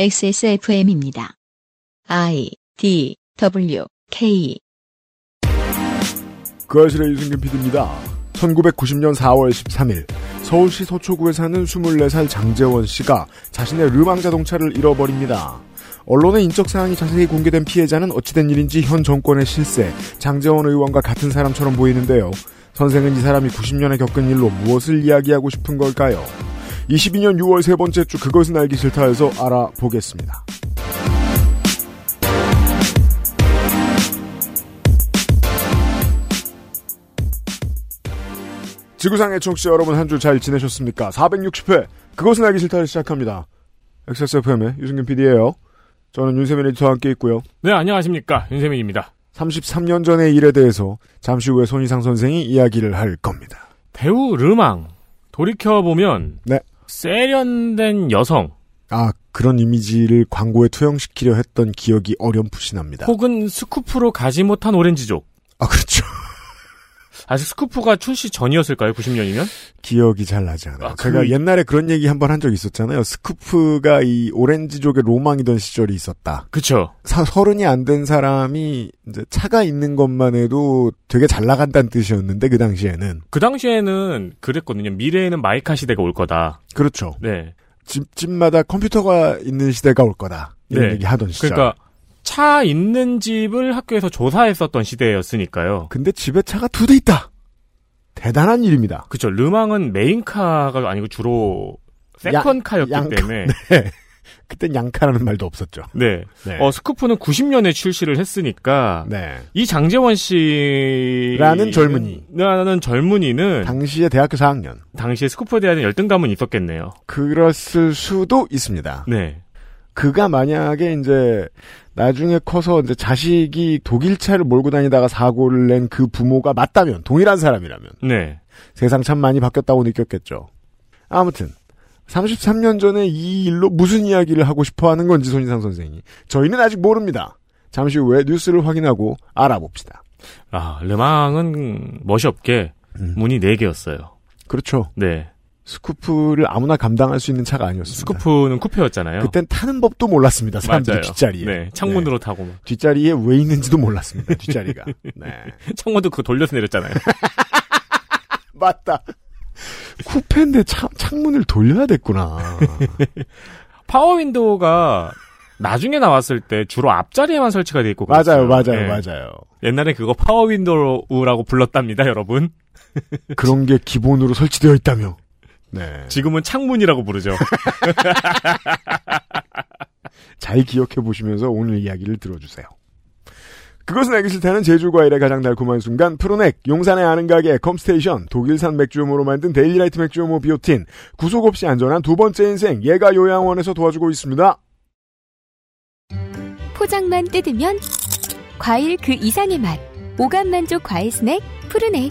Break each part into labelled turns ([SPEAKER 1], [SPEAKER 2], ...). [SPEAKER 1] XSFM입니다. I D W K
[SPEAKER 2] 그아실의 유승균 PD입니다. 1990년 4월 13일 서울시 서초구에 사는 24살 장재원 씨가 자신의 르망 자동차를 잃어버립니다. 언론의 인적사항이 자세히 공개된 피해자는 어찌된 일인지 현 정권의 실세, 장재원 의원과 같은 사람처럼 보이는데요. 선생은 이 사람이 90년에 겪은 일로 무엇을 이야기하고 싶은 걸까요? 22년 6월 세 번째 주 그것은 알기 싫다에서 알아보겠습니다. 지구상의 청취자 여러분 한 주 잘 지내셨습니까? 460회 그것은 알기 싫다를 시작합니다. XSFM의 유승균 PD예요. 저는 윤세민 에디터와 함께 있고요.
[SPEAKER 3] 네, 안녕하십니까. 윤세민입니다.
[SPEAKER 2] 33년 전의 일에 대해서 잠시 후에 손희상 선생이 이야기를 할 겁니다.
[SPEAKER 3] 배우 르망. 돌이켜보면.
[SPEAKER 2] 네.
[SPEAKER 3] 세련된 여성.
[SPEAKER 2] 아 그런 이미지를 광고에 투영시키려 했던 기억이 어렴풋이 납니다.
[SPEAKER 3] 혹은 스쿠프로 가지 못한 오렌지족.
[SPEAKER 2] 아 그렇죠.
[SPEAKER 3] 아직 스쿠프가 출시 전이었을까요? 90년이면?
[SPEAKER 2] 기억이 잘 나지 않아요.
[SPEAKER 3] 아, 그-
[SPEAKER 2] 제가 옛날에 그런 얘기 한 번 한 적 있었잖아요. 스쿠프가 이 오렌지족의 로망이던 시절이 있었다.
[SPEAKER 3] 그쵸.
[SPEAKER 2] 사- 서른이 안 된 사람이 이제 차가 있는 것만 해도 되게 잘 나간다는 뜻이었는데 그 당시에는
[SPEAKER 3] 그 당시에는 그랬거든요. 미래에는 마이카 시대가 올 거다.
[SPEAKER 2] 그렇죠.
[SPEAKER 3] 네.
[SPEAKER 2] 집집마다 컴퓨터가 있는 시대가 올 거다 이런
[SPEAKER 3] 네.
[SPEAKER 2] 얘기 하던 시절.
[SPEAKER 3] 그러니까 차 있는 집을 학교에서 조사했었던 시대였으니까요.
[SPEAKER 2] 근데 집에 차가 두 대 있다. 대단한 일입니다.
[SPEAKER 3] 그쵸. 르망은 메인카가 아니고 주로 세컨카였기
[SPEAKER 2] 양- 양카.
[SPEAKER 3] 때문에.
[SPEAKER 2] 그땐 양카라는 말도 없었죠.
[SPEAKER 3] 네.
[SPEAKER 2] 네.
[SPEAKER 3] 어, 스쿠프는 90년에 출시를 했으니까.
[SPEAKER 2] 네.
[SPEAKER 3] 이 장재원 씨.
[SPEAKER 2] 라는 젊은이.
[SPEAKER 3] 라는 젊은이는
[SPEAKER 2] 당시에 대학교 4학년.
[SPEAKER 3] 당시에 스쿠프에 대한 열등감은 있었겠네요.
[SPEAKER 2] 그랬을 수도 있습니다.
[SPEAKER 3] 네.
[SPEAKER 2] 그가 만약에 이제 나중에 커서 이제 자식이 독일차를 몰고 다니다가 사고를 낸 그 부모가 맞다면 동일한 사람이라면
[SPEAKER 3] 네.
[SPEAKER 2] 세상 참 많이 바뀌었다고 느꼈겠죠. 아무튼 33년 전에 이 일로 무슨 이야기를 하고 싶어 하는 건지 손인상 선생이 저희는 아직 모릅니다. 잠시 후에 뉴스를 확인하고 알아봅시다.
[SPEAKER 3] 아, 르망은 멋이 없게
[SPEAKER 2] 음.
[SPEAKER 3] 문이 4개였어요.
[SPEAKER 2] 그렇죠.
[SPEAKER 3] 네.
[SPEAKER 2] 스쿠프를 아무나 감당할 수 있는 차가 아니었습니다.
[SPEAKER 3] 스쿠프는 쿠페였잖아요.
[SPEAKER 2] 그땐 타는 법도 몰랐습니다. 사람들이
[SPEAKER 3] 맞아요.
[SPEAKER 2] 뒷자리에.
[SPEAKER 3] 네. 창문으로 타고. 막.
[SPEAKER 2] 뒷자리에 왜 있는지도 몰랐습니다. 뒷자리가. 네.
[SPEAKER 3] 창문도 그거 돌려서 내렸잖아요.
[SPEAKER 2] 맞다. 쿠페인데 차- 창문을 돌려야 됐구나.
[SPEAKER 3] 그렇죠. 파워 윈도우가 나중에 나왔을 때 주로 앞자리에만 설치가 돼 있고.
[SPEAKER 2] 맞아요,
[SPEAKER 3] 그랬어요.
[SPEAKER 2] 맞아요,
[SPEAKER 3] 네.
[SPEAKER 2] 맞아요.
[SPEAKER 3] 옛날에 그거 파워 윈도우라고 불렀답니다, 여러분.
[SPEAKER 2] 그런 게 기본으로 설치되어 있다며. 네.
[SPEAKER 3] 지금은 창문이라고 부르죠.
[SPEAKER 2] 잘 기억해 보시면서 오늘 이야기를 들어주세요. 그것은 알기 싫다는 제주과일의 가장 달콤한 순간 프로넥, 용산의 아는 가게 컴스테이션, 독일산 맥주효모로 만든 데일리라이트 맥주효모 비오틴, 구속 없이 안전한 두 번째 인생 예가 요양원에서 도와주고 있습니다.
[SPEAKER 4] 포장만 뜯으면 과일 그 이상의 맛. 오감 만족 과일 스낵 푸르네.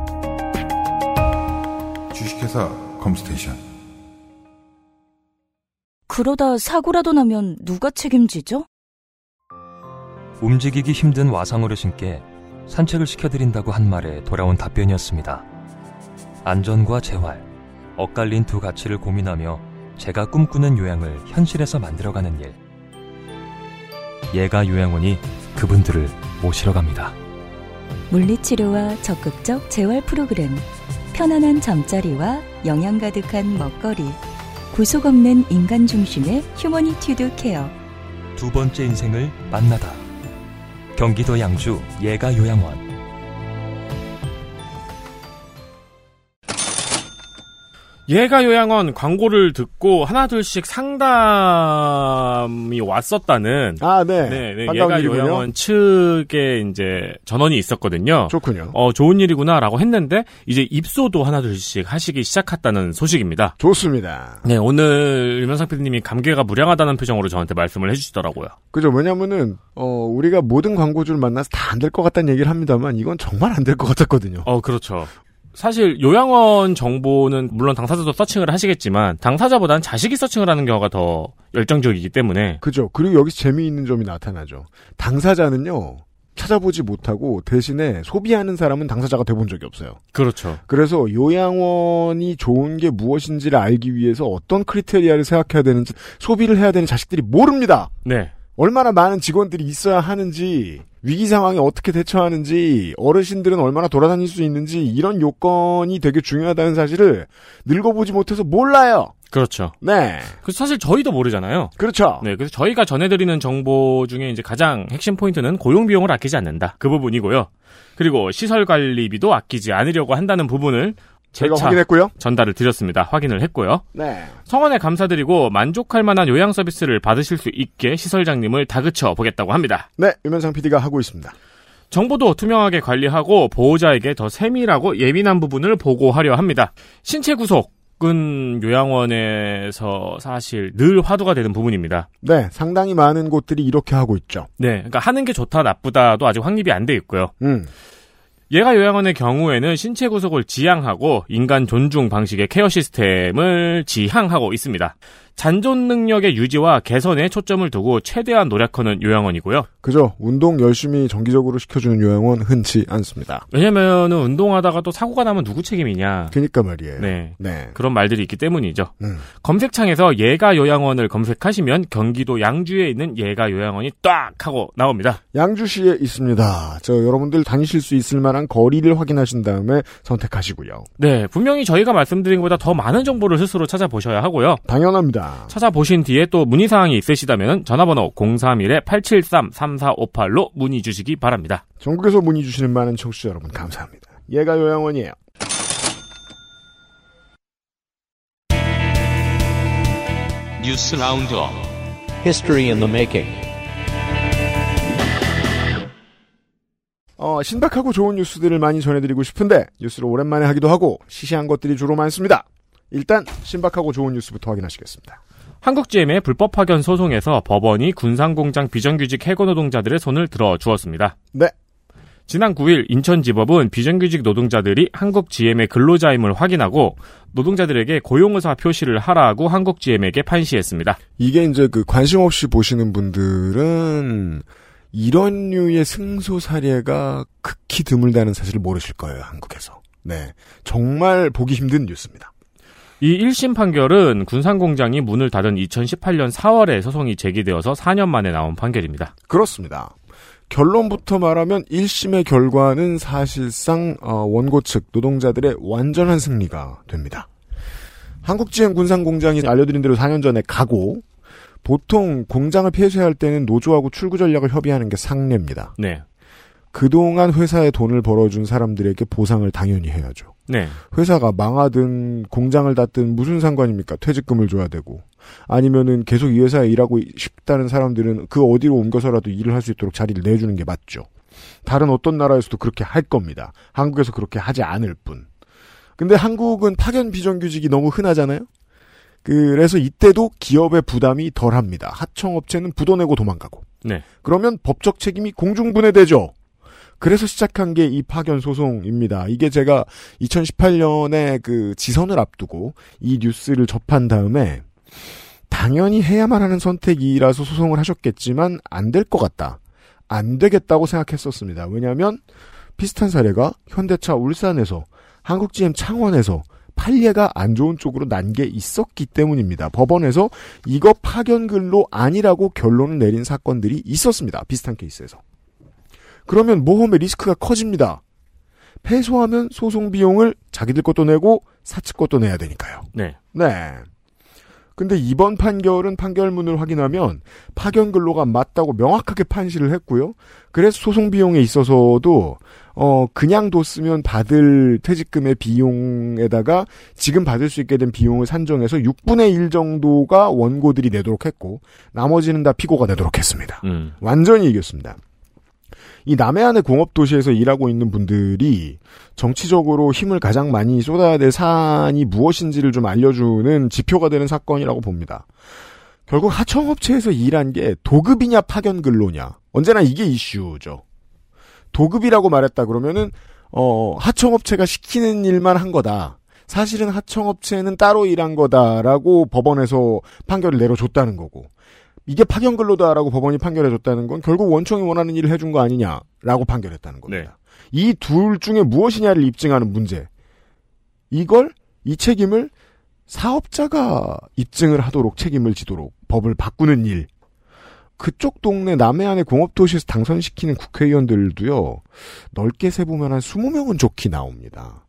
[SPEAKER 5] 주식회사 컴스테이션
[SPEAKER 6] 그러다 사고라도 나면 누가 책임지죠?
[SPEAKER 7] 움직이기 힘든 와상어르신께 산책을 시켜드린다고 한 말에 돌아온 답변이었습니다. 안전과 재활, 엇갈린 두 가치를 고민하며 제가 꿈꾸는 요양을 현실에서 만들어가는 일. 예가 요양원이 그분들을 모시러 갑니다.
[SPEAKER 6] 물리치료와 적극적 재활 프로그램, 편안한 잠자리와 영양 가득한 먹거리, 구속 없는 인간 중심의 휴머니튜드 케어.
[SPEAKER 7] 두 번째 인생을 만나다. 경기도 양주 예가 요양원.
[SPEAKER 3] 얘가 요양원 광고를 듣고 하나둘씩 상담이 왔었다는
[SPEAKER 2] 아, 네.
[SPEAKER 3] 네, 네,
[SPEAKER 2] 반가운
[SPEAKER 3] 얘가
[SPEAKER 2] 일이군요.
[SPEAKER 3] 요양원 측에 이제 전원이 있었거든요.
[SPEAKER 2] 좋군요.
[SPEAKER 3] 어, 좋은 일이구나라고 했는데 이제 입소도 하나둘씩 하시기 시작했다는 소식입니다.
[SPEAKER 2] 좋습니다.
[SPEAKER 3] 네, 오늘 유명상 PD님이 감개가 무량하다는 표정으로 저한테 말씀을 해주시더라고요.
[SPEAKER 2] 그죠? 왜냐면은, 어, 우리가 모든 광고주를 만나서 다 안 될 것 같다는 얘기를 합니다만, 이건 정말 안 될 것 같았거든요.
[SPEAKER 3] 어, 그렇죠. 사실 요양원 정보는 물론 당사자도 서칭을 하시겠지만 당사자보다는 자식이 서칭을 하는 경우가 더 열정적이기 때문에
[SPEAKER 2] 그죠? 그리고 여기서 재미있는 점이 나타나죠. 당사자는요, 찾아보지 못하고, 대신에 소비하는 사람은 당사자가 돼본 적이 없어요.
[SPEAKER 3] 그렇죠.
[SPEAKER 2] 그래서 요양원이 좋은 게 무엇인지를 알기 위해서 어떤 크리테리아를 생각해야 되는지 소비를 해야 되는 자식들이 모릅니다.
[SPEAKER 3] 네.
[SPEAKER 2] 얼마나 많은 직원들이 있어야 하는지 위기 상황에 어떻게 대처하는지 어르신들은 얼마나 돌아다닐 수 있는지 이런 요건이 되게 중요하다는 사실을 늙어보지 못해서 몰라요.
[SPEAKER 3] 그렇죠.
[SPEAKER 2] 네,
[SPEAKER 3] 그래서 사실 저희도 모르잖아요.
[SPEAKER 2] 그렇죠.
[SPEAKER 3] 네, 그래서 저희가 전해드리는 정보 중에 이제 가장 핵심 포인트는 고용 비용을 아끼지 않는다. 그 부분이고요. 그리고 시설 관리비도 아끼지 않으려고 한다는 부분을
[SPEAKER 2] 제가
[SPEAKER 3] 재차
[SPEAKER 2] 확인했고요.
[SPEAKER 3] 전달을 드렸습니다. 확인을 했고요.
[SPEAKER 2] 네,
[SPEAKER 3] 성원에 감사드리고 만족할 만한 요양 서비스를 받으실 수 있게 시설장님을 다그쳐 보겠다고 합니다.
[SPEAKER 2] 네 유면상 PD가 하고 있습니다.
[SPEAKER 3] 정보도 투명하게 관리하고 보호자에게 더 세밀하고 예민한 부분을 보고하려 합니다. 신체 구속은 요양원에서 사실 늘 화두가 되는 부분입니다.
[SPEAKER 2] 네, 상당히 많은 곳들이 이렇게 하고 있죠.
[SPEAKER 3] 네, 그러니까 하는 게 좋다 나쁘다도 아직 확립이 안 돼 있고요.
[SPEAKER 2] 음,
[SPEAKER 3] 얘가 요양원의 경우에는 신체 구속을 지향하고 인간 존중 방식의 케어 시스템을 지향하고 있습니다. 잔존 능력의 유지와 개선에 초점을 두고 최대한 노력하는 요양원이고요.
[SPEAKER 2] 그죠. 운동 열심히 정기적으로 시켜주는 요양원 흔치 않습니다.
[SPEAKER 3] 왜냐면은 운동하다가 또 사고가 나면 누구 책임이냐.
[SPEAKER 2] 그니까 그러니까 말이에요.
[SPEAKER 3] 네.
[SPEAKER 2] 네.
[SPEAKER 3] 그런 말들이 있기 때문이죠.
[SPEAKER 2] 음.
[SPEAKER 3] 검색창에서 예가 요양원을 검색하시면 경기도 양주에 있는 예가 요양원이 딱 하고 나옵니다.
[SPEAKER 2] 양주시에 있습니다. 저 여러분들 다니실 수 있을 만한 거리를 확인하신 다음에 선택하시고요.
[SPEAKER 3] 네, 분명히 저희가 말씀드린 것보다 더 많은 정보를 스스로 찾아보셔야 하고요.
[SPEAKER 2] 당연합니다.
[SPEAKER 3] 찾아보신 뒤에 또 문의사항이 있으시다면 전화번호 031-873-3458로 문의 주시기 바랍니다.
[SPEAKER 2] 전국에서 문의 주시는 많은 청취자 여러분 감사합니다. 얘가 요양원이에요.
[SPEAKER 8] 뉴스 라운드업
[SPEAKER 9] History in the making.
[SPEAKER 2] 어, 신박하고 좋은 뉴스들을 많이 전해드리고 싶은데 뉴스를 오랜만에 하기도 하고 시시한 것들이 주로 많습니다. 일단 신박하고 좋은 뉴스부터 확인하시겠습니다.
[SPEAKER 3] 한국GM의 불법 파견 소송에서 법원이 군산공장 비정규직 해고 노동자들의 손을 들어 주었습니다.
[SPEAKER 2] 네.
[SPEAKER 3] 지난 9일 인천지법은 비정규직 노동자들이 한국GM의 근로자임을 확인하고 노동자들에게 고용의사 표시를 하라고 한국GM에게 판시했습니다.
[SPEAKER 2] 이게 이제 그 관심 없이 보시는 분들은 이런 류의 승소 사례가 극히 드물다는 사실을 모르실 거예요, 한국에서. 네. 정말 보기 힘든 뉴스입니다.
[SPEAKER 3] 이 1심 판결은 군산공장이 문을 닫은 2018년 4월에 소송이 제기되어서 4년 만에 나온 판결입니다.
[SPEAKER 2] 그렇습니다. 결론부터 말하면 1심의 결과는 사실상 어, 원고 측 노동자들의 완전한 승리가 됩니다. 한국지행 군산공장이 알려드린 대로 4년 전에 가고 보통 공장을 폐쇄할 때는 노조하고 출구 전략을 협의하는 게 상례입니다.
[SPEAKER 3] 네.
[SPEAKER 2] 그동안 회사에 돈을 벌어준 사람들에게 보상을 당연히 해야죠.
[SPEAKER 3] 네.
[SPEAKER 2] 회사가 망하든 공장을 닫든 무슨 상관입니까? 퇴직금을 줘야 되고 아니면은 계속 이 회사에 일하고 싶다는 사람들은 그 어디로 옮겨서라도 일을 할 수 있도록 자리를 내주는 게 맞죠. 다른 어떤 나라에서도 그렇게 할 겁니다. 한국에서 그렇게 하지 않을 뿐. 근데 한국은 파견 비정규직이 너무 흔하잖아요. 그래서 이때도 기업의 부담이 덜합니다. 하청업체는 부도 내고 도망가고.
[SPEAKER 3] 네.
[SPEAKER 2] 그러면 법적 책임이 공중분해되죠. 그래서 시작한 게 이 파견 소송입니다. 이게 제가 2018년에 그 지선을 앞두고 이 뉴스를 접한 다음에 당연히 해야만 하는 선택이라서 소송을 하셨겠지만 안 될 것 같다. 안 되겠다고 생각했었습니다. 왜냐하면 비슷한 사례가 현대차 울산에서 한국GM 창원에서 판례가 안 좋은 쪽으로 난 게 있었기 때문입니다. 법원에서 이거 파견근로 아니라고 결론을 내린 사건들이 있었습니다. 비슷한 케이스에서. 그러면 모험의 리스크가 커집니다. 패소하면 소송 비용을 자기들 것도 내고 사측 것도 내야 되니까요.
[SPEAKER 3] 네.
[SPEAKER 2] 네. 근데 이번 판결은 판결문을 확인하면 파견 근로가 맞다고 명확하게 판시를 했고요. 그래서 소송 비용에 있어서도 어, 그냥 뒀으면 받을 퇴직금의 비용에다가 지금 받을 수 있게 된 비용을 산정해서 6분의 1 정도가 원고들이 내도록 했고, 나머지는 다 피고가 내도록 했습니다.
[SPEAKER 3] 음.
[SPEAKER 2] 완전히 이겼습니다. 이 남해안의 공업도시에서 일하고 있는 분들이 정치적으로 힘을 가장 많이 쏟아야 될 사안이 무엇인지를 좀 알려주는 지표가 되는 사건이라고 봅니다. 결국 하청업체에서 일한 게 도급이냐 파견 근로냐 언제나 이게 이슈죠. 도급이라고 말했다 그러면은 어, 하청업체가 시키는 일만 한 거다. 사실은 하청업체는 따로 일한 거다라고 법원에서 판결을 내려줬다는 거고 이게 파견 근로다라고 법원이 판결해줬다는 건 결국 원청이 원하는 일을 해준 거 아니냐라고 판결했다는 겁니다. 이 둘 중에 무엇이냐를 입증하는 문제. 이걸 이 책임을 사업자가 입증을 하도록 책임을 지도록 법을 바꾸는 일. 그쪽 동네 남해안의 공업도시에서 당선시키는 국회의원들도요, 넓게 세보면 한 20명은 좋게 나옵니다.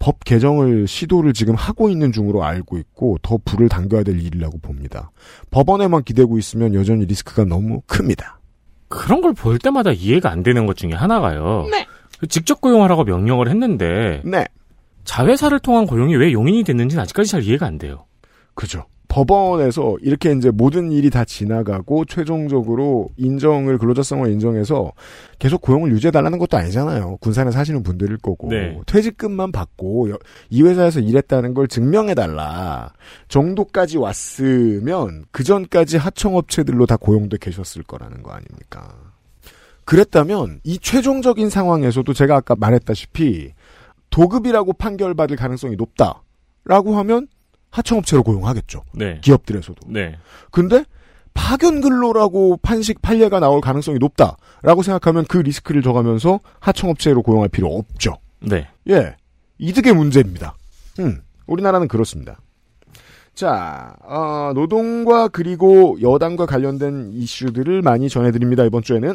[SPEAKER 2] 법 개정을 시도를 지금 하고 있는 중으로 알고 있고, 더 불을 당겨야 될 일이라고 봅니다. 법원에만 기대고 있으면 여전히 리스크가 너무 큽니다.
[SPEAKER 3] 그런 걸 볼 때마다 이해가 안 되는 것 중에 하나가요.
[SPEAKER 2] 네.
[SPEAKER 3] 그 직접 고용하라고 명령을 했는데
[SPEAKER 2] 네.
[SPEAKER 3] 자회사를 통한 고용이 왜 용인이 됐는지는 아직까지 잘 이해가 안 돼요.
[SPEAKER 2] 그죠. 법원에서 이렇게 이제 모든 일이 다 지나가고 최종적으로 인정을 근로자성을 인정해서 계속 고용을 유지해달라는 것도 아니잖아요. 군산에 사시는 분들일 거고
[SPEAKER 3] 네.
[SPEAKER 2] 퇴직금만 받고 여- 이 회사에서 일했다는 걸 증명해달라 정도까지 왔으면 그 전까지 하청업체들로 다 고용돼 계셨을 거라는 거 아닙니까? 그랬다면 이 최종적인 상황에서도 제가 아까 말했다시피 도급이라고 판결받을 가능성이 높다라고 하면 하청업체로 고용하겠죠.
[SPEAKER 3] 네.
[SPEAKER 2] 기업들에서도.
[SPEAKER 3] 네.
[SPEAKER 2] 근데 파견 근로라고 판식 판례가 나올 가능성이 높다라고 생각하면 그 리스크를 져가면서 하청업체로 고용할 필요 없죠.
[SPEAKER 3] 네.
[SPEAKER 2] 예. 이득의 문제입니다. 음. 우리나라는 그렇습니다. 자, 어, 노동과 그리고 여당과 관련된 이슈들을 많이 전해드립니다. 이번 주에는.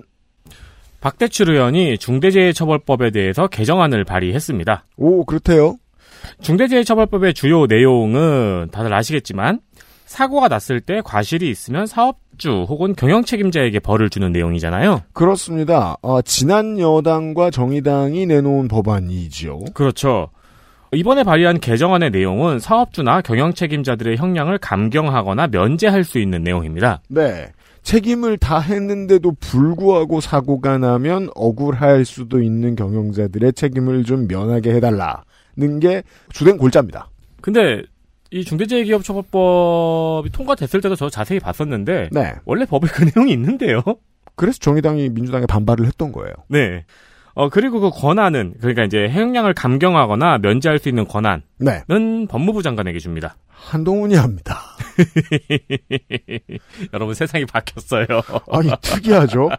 [SPEAKER 3] 박대출 의원이 중대재해처벌법에 대해서 개정안을 발의했습니다.
[SPEAKER 2] 오, 그렇대요.
[SPEAKER 3] 중대재해처벌법의 주요 내용은 다들 아시겠지만 사고가 났을 때 과실이 있으면 사업주 혹은 경영 책임자에게 벌을 주는 내용이잖아요.
[SPEAKER 2] 그렇습니다. 어, 지난 여당과 정의당이 내놓은 법안이지요.
[SPEAKER 3] 그렇죠. 이번에 발의한 개정안의 내용은 사업주나 경영 책임자들의 형량을 감경하거나 면제할 수 있는 내용입니다.
[SPEAKER 2] 네. 책임을 다 했는데도 불구하고 사고가 나면 억울할 수도 있는 경영자들의 책임을 좀 면하게 해달라는 게 주된 골자입니다.
[SPEAKER 3] 근데 이 중대재해기업처벌법이 통과됐을 때도 저 자세히 봤었는데
[SPEAKER 2] 네.
[SPEAKER 3] 원래 법에 그 내용이 있는데요.
[SPEAKER 2] 그래서 정의당이 민주당에 반발을 했던 거예요.
[SPEAKER 3] 네. 어 그리고 그 권한은 그러니까 이제 형량을 감경하거나 면제할 수 있는 권한은
[SPEAKER 2] 네.
[SPEAKER 3] 법무부 장관에게 줍니다.
[SPEAKER 2] 한동훈이 합니다.
[SPEAKER 3] 여러분 세상이 바뀌었어요.
[SPEAKER 2] 아니, 특이하죠?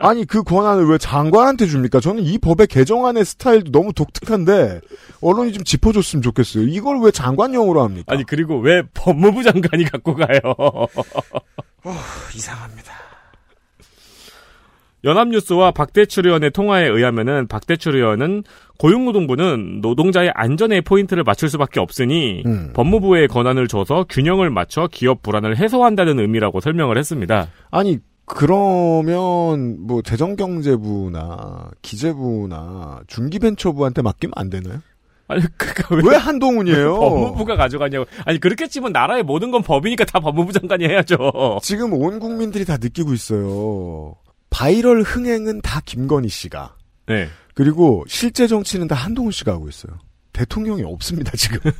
[SPEAKER 2] 아니, 그 권한을 왜 장관한테 줍니까? 저는 이 법의 개정안의 스타일도 너무 독특한데, 언론이 좀 짚어줬으면 좋겠어요. 이걸 왜 장관용으로 합니까?
[SPEAKER 3] 아니 그리고 왜 법무부 장관이 갖고 가요?
[SPEAKER 2] 어, 이상합니다.
[SPEAKER 3] 연합뉴스와 박대출 의원의 통화에 의하면은 박대출 의원은 고용노동부는 노동자의 안전에 포인트를 맞출 수밖에 없으니
[SPEAKER 2] 음.
[SPEAKER 3] 법무부에 권한을 줘서 균형을 맞춰 기업 불안을 해소한다는 의미라고 설명을 했습니다.
[SPEAKER 2] 아니 그러면 뭐 재정경제부나 기재부나 중기벤처부한테 맡기면 안 되나요?
[SPEAKER 3] 아니 그니까 왜,
[SPEAKER 2] 왜 한동훈이에요?
[SPEAKER 3] 법무부가 가져가냐고? 아니 그렇게 치면 나라의 모든 건 법이니까 다 법무부 장관이 해야죠.
[SPEAKER 2] 지금 온 국민들이 다 느끼고 있어요. 바이럴 흥행은 다 김건희 씨가
[SPEAKER 3] 네.
[SPEAKER 2] 그리고 실제 정치는 다 한동훈 씨가 하고 있어요. 대통령이 없습니다 지금.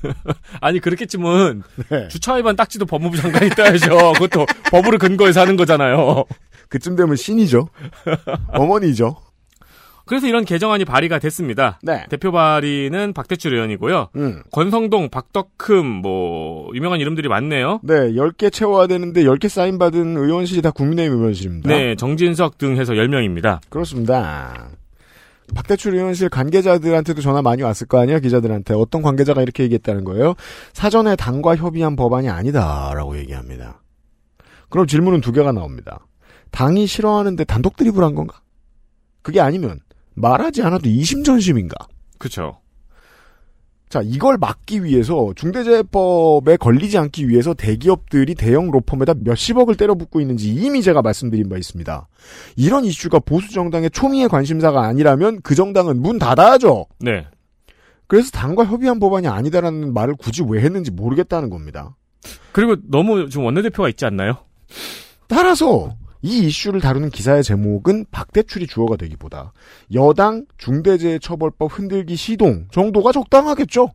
[SPEAKER 3] 아니 그렇게 치면
[SPEAKER 2] 네.
[SPEAKER 3] 주차 위반 딱지도 법무부 장관이 따야죠. 그것도 법으로 근거해서 하는 거잖아요.
[SPEAKER 2] 그쯤 되면 신이죠. 어머니죠.
[SPEAKER 3] 그래서 이런 개정안이 발의가 됐습니다.
[SPEAKER 2] 네.
[SPEAKER 3] 대표 발의는 박대출 의원이고요.
[SPEAKER 2] 음.
[SPEAKER 3] 권성동, 박덕흠, 뭐, 유명한 이름들이 많네요.
[SPEAKER 2] 네, 10개 채워야 되는데 10개 사인 받은 의원실이 다 국민의힘 의원실입니다.
[SPEAKER 3] 네, 정진석 등 해서 10명입니다.
[SPEAKER 2] 그렇습니다. 박대출 의원실 관계자들한테도 전화 많이 왔을 거 아니에요, 기자들한테. 어떤 관계자가 이렇게 얘기했다는 거예요? 사전에 당과 협의한 법안이 아니다라고 얘기합니다. 그럼 질문은 두 개가 나옵니다. 당이 싫어하는데 단독 드립을 한 건가? 그게 아니면 말하지 않아도 이심전심인가?
[SPEAKER 3] 그쵸.
[SPEAKER 2] 자, 이걸 막기 위해서 중대재해법에 걸리지 않기 위해서 대기업들이 대형 로펌에다 몇십억을 때려붓고 있는지 이미 제가 말씀드린 바 있습니다. 이런 이슈가 보수 정당의 초미의 관심사가 아니라면 그 정당은 문 닫아야죠.
[SPEAKER 3] 네.
[SPEAKER 2] 그래서 당과 협의한 법안이 아니다라는 말을 굳이 왜 했는지 모르겠다는 겁니다.
[SPEAKER 3] 그리고 너무 지금 원내대표가 있지 않나요?
[SPEAKER 2] 따라서 이 이슈를 다루는 기사의 제목은 박대출이 주어가 되기보다 여당 중대재해처벌법 흔들기 시동 정도가 적당하겠죠.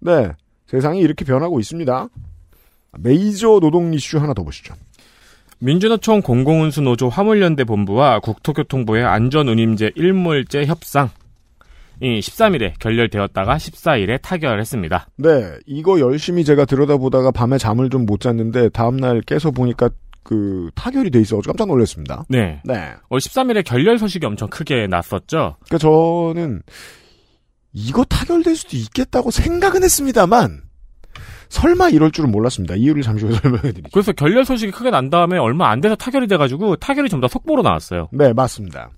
[SPEAKER 2] 네. 세상이 이렇게 변하고 있습니다. 메이저 노동 이슈 하나 더 보시죠.
[SPEAKER 3] 민주노총 공공운수노조 화물연대 본부와 국토교통부의 안전운임제 일몰제 협상이 13일에 결렬되었다가 14일에 타결했습니다.
[SPEAKER 2] 네, 이거 열심히 제가 들여다보다가 밤에 잠을 좀 못 잤는데 다음날 깨서 보니까 그 타결이 돼 있어서 깜짝 놀랐습니다.
[SPEAKER 3] 네.
[SPEAKER 2] 네,
[SPEAKER 3] 월 13일에 결렬 소식이 엄청 크게 났었죠.
[SPEAKER 2] 그러니까 저는 이거 타결될 수도 있겠다고 생각은 했습니다만 설마 이럴 줄은 몰랐습니다. 이유를 잠시 후에 설명해드리죠.
[SPEAKER 3] 그래서 결렬 소식이 크게 난 다음에 얼마 안 돼서 타결이 돼가지고 타결이 전부 다 속보로 나왔어요.
[SPEAKER 2] 네, 맞습니다.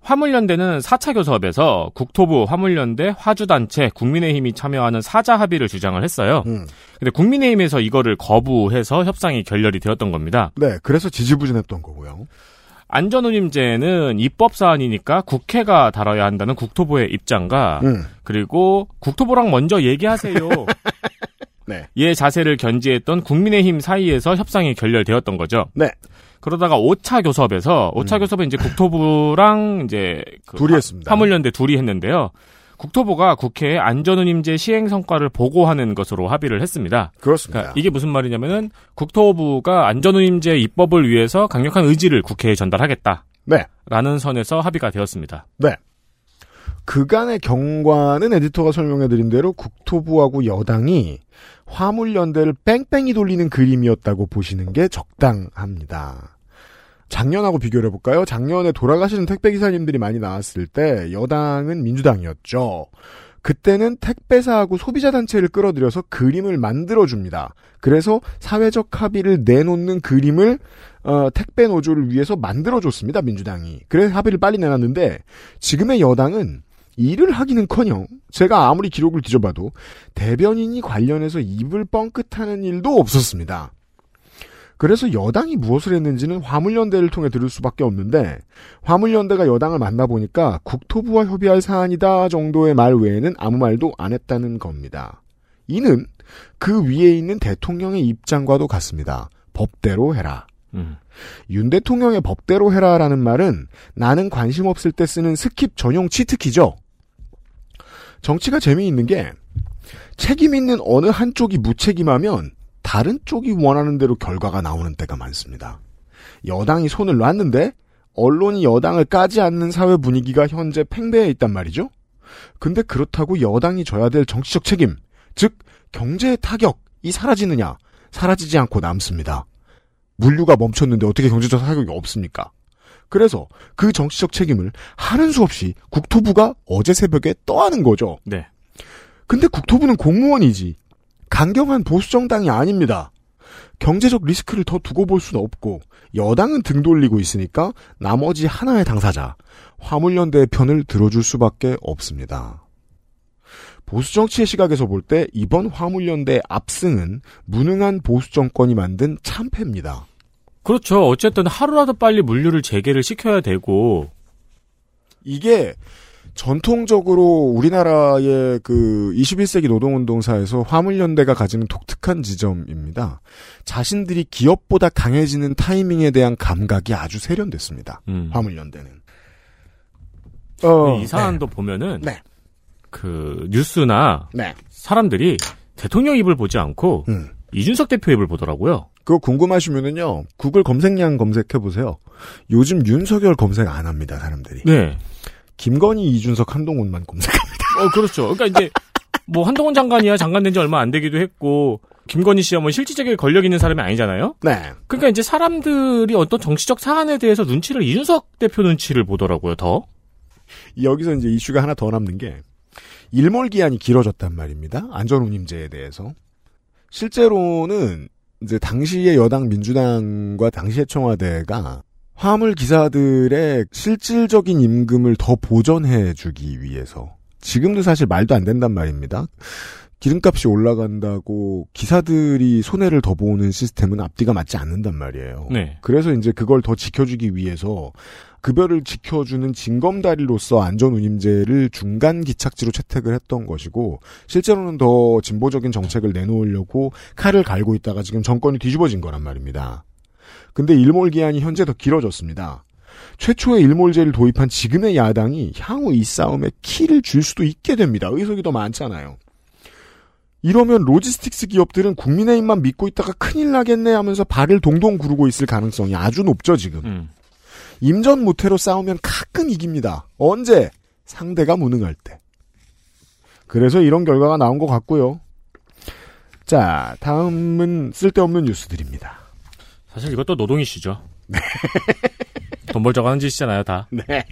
[SPEAKER 3] 화물연대는 4차 교섭에서 국토부, 화물연대, 화주단체, 국민의힘이 참여하는 사자 합의를 주장을 했어요.
[SPEAKER 2] 음.
[SPEAKER 3] 근데 국민의힘에서 이거를 거부해서 협상이 결렬이 되었던 겁니다.
[SPEAKER 2] 네, 그래서 지지부진했던 거고요.
[SPEAKER 3] 안전운임제는 입법 사안이니까 국회가 다뤄야 한다는 국토부의 입장과
[SPEAKER 2] 음.
[SPEAKER 3] 그리고 국토부랑 먼저 얘기하세요.
[SPEAKER 2] 네.
[SPEAKER 3] 의 자세를 견지했던 국민의힘 사이에서 협상이 결렬되었던 거죠.
[SPEAKER 2] 네.
[SPEAKER 3] 그러다가 5차 교섭에서 5차 교섭에 이제 국토부랑 이제 그
[SPEAKER 2] 음. 둘이
[SPEAKER 3] 화-
[SPEAKER 2] 했습니다.
[SPEAKER 3] 화물연대 둘이 했는데요. 국토부가 국회에 안전운임제 시행 성과를 보고하는 것으로 합의를 했습니다.
[SPEAKER 2] 그렇습니다.
[SPEAKER 3] 그러니까 이게 무슨 말이냐면은 국토부가 안전운임제 입법을 위해서 강력한 의지를 국회에 전달하겠다.
[SPEAKER 2] 네.
[SPEAKER 3] 라는 선에서 합의가 되었습니다.
[SPEAKER 2] 그간의 경과는 에디터가 설명해드린 대로 국토부하고 여당이 화물연대를 뺑뺑이 돌리는 그림이었다고 보시는 게 적당합니다. 작년하고 비교를 해볼까요? 작년에 돌아가시는 택배기사님들이 많이 나왔을 때 여당은 민주당이었죠. 그때는 택배사하고 소비자단체를 끌어들여서 그림을 만들어줍니다. 그래서 사회적 합의를 내놓는 그림을 어, 택배 노조를 위해서 만들어줬습니다. 민주당이. 그래서 합의를 빨리 내놨는데 지금의 여당은 일을 하기는커녕 제가 아무리 기록을 뒤져봐도 대변인이 관련해서 입을 뻥끗하는 일도 없었습니다. 그래서 여당이 무엇을 했는지는 화물연대를 통해 들을 수밖에 없는데 화물연대가 여당을 만나보니까 국토부와 협의할 사안이다 정도의 말 외에는 아무 말도 안 했다는 겁니다. 이는 그 위에 있는 대통령의 입장과도 같습니다. 법대로 해라.
[SPEAKER 3] 음.
[SPEAKER 2] 윤 대통령의 법대로 해라라는 말은 나는 관심 없을 때 쓰는 스킵 전용 치트키죠. 정치가 재미있는 게 책임 있는 어느 한쪽이 무책임하면 다른 쪽이 원하는 대로 결과가 나오는 때가 많습니다. 여당이 손을 놨는데 언론이 여당을 까지 않는 사회 분위기가 현재 팽배해 있단 말이죠. 근데 그렇다고 여당이 져야 될 정치적 책임, 즉 경제의 타격이 사라지느냐? 사라지지 않고 남습니다. 물류가 멈췄는데 어떻게 경제적 타격이 없습니까? 그래서 그 정치적 책임을 하는 수 없이 국토부가 어제 새벽에 떠안은 거죠.
[SPEAKER 3] 네.
[SPEAKER 2] 근데 국토부는 공무원이지 강경한 보수 정당이 아닙니다. 경제적 리스크를 더 두고 볼 수는 없고 여당은 등 돌리고 있으니까 나머지 하나의 당사자 화물연대의 편을 들어줄 수밖에 없습니다. 보수 정치의 시각에서 볼 때 이번 화물연대 압승은 무능한 보수 정권이 만든 참패입니다.
[SPEAKER 3] 그렇죠. 어쨌든 하루라도 빨리 물류를 재개를 시켜야 되고
[SPEAKER 2] 이게 전통적으로 우리나라의 그 21세기 노동운동사에서 화물연대가 가지는 독특한 지점입니다. 자신들이 기업보다 강해지는 타이밍에 대한 감각이 아주 세련됐습니다.
[SPEAKER 3] 음. 그
[SPEAKER 2] 화물연대는. 아, 어,
[SPEAKER 3] 이 사안도 보면은
[SPEAKER 2] 네.
[SPEAKER 3] 그 뉴스나
[SPEAKER 2] 네. 네.
[SPEAKER 3] 사람들이 대통령 입을 보지 않고
[SPEAKER 2] 음.
[SPEAKER 3] 이준석 대표 입을 보더라고요.
[SPEAKER 2] 그거 궁금하시면은요, 구글 검색량 검색해보세요. 요즘 윤석열 검색 안 합니다, 사람들이.
[SPEAKER 3] 네.
[SPEAKER 2] 김건희, 이준석, 한동훈만 검색.
[SPEAKER 3] 어 그렇죠. 그러니까 이제 뭐 한동훈 장관이야 장관 된 지 얼마 안 되기도 했고 김건희 씨야 뭐 실질적인 권력 있는 사람이 아니잖아요.
[SPEAKER 2] 네.
[SPEAKER 3] 그러니까 이제 사람들이 어떤 정치적 사안에 대해서 눈치를 이준석 대표 눈치를 보더라고요. 더.
[SPEAKER 2] 여기서 이제 이슈가 하나 더 남는 게 일몰 기한이 길어졌단 말입니다. 안전운임제에 대해서 실제로는 이제 당시의 여당 민주당과 당시의 청와대가 화물 기사들의 실질적인 임금을 더 보전해 주기 위해서 지금도 사실 말도 안 된단 말입니다. 기름값이 올라간다고 기사들이 손해를 더 보는 시스템은 앞뒤가 맞지 않는단 말이에요.
[SPEAKER 3] 네.
[SPEAKER 2] 그래서 이제 그걸 더 지켜주기 위해서 급여를 지켜주는 징검다리로서 안전운임제를 중간 기착지로 채택을 했던 것이고 실제로는 더 진보적인 정책을 내놓으려고 칼을 갈고 있다가 지금 정권이 뒤집어진 거란 말입니다. 근데 일몰 기한이 현재 더 길어졌습니다. 최초의 일몰제를 도입한 지금의 야당이 향후 이 싸움에 키를 줄 수도 있게 됩니다. 의석이 더 많잖아요. 이러면 로지스틱스 기업들은 국민의힘만 믿고 있다가 큰일 나겠네 하면서 발을 동동 구르고 있을 가능성이 아주 높죠, 지금.
[SPEAKER 3] 음.
[SPEAKER 2] 임전무퇴로 싸우면 가끔 이깁니다. 언제? 상대가 무능할 때. 그래서 이런 결과가 나온 것 같고요. 자, 다음은 쓸데없는 뉴스들입니다.
[SPEAKER 3] 사실 이것도 노동 이슈죠. 돈 벌자고 하는 짓이잖아요, 다.
[SPEAKER 2] 네.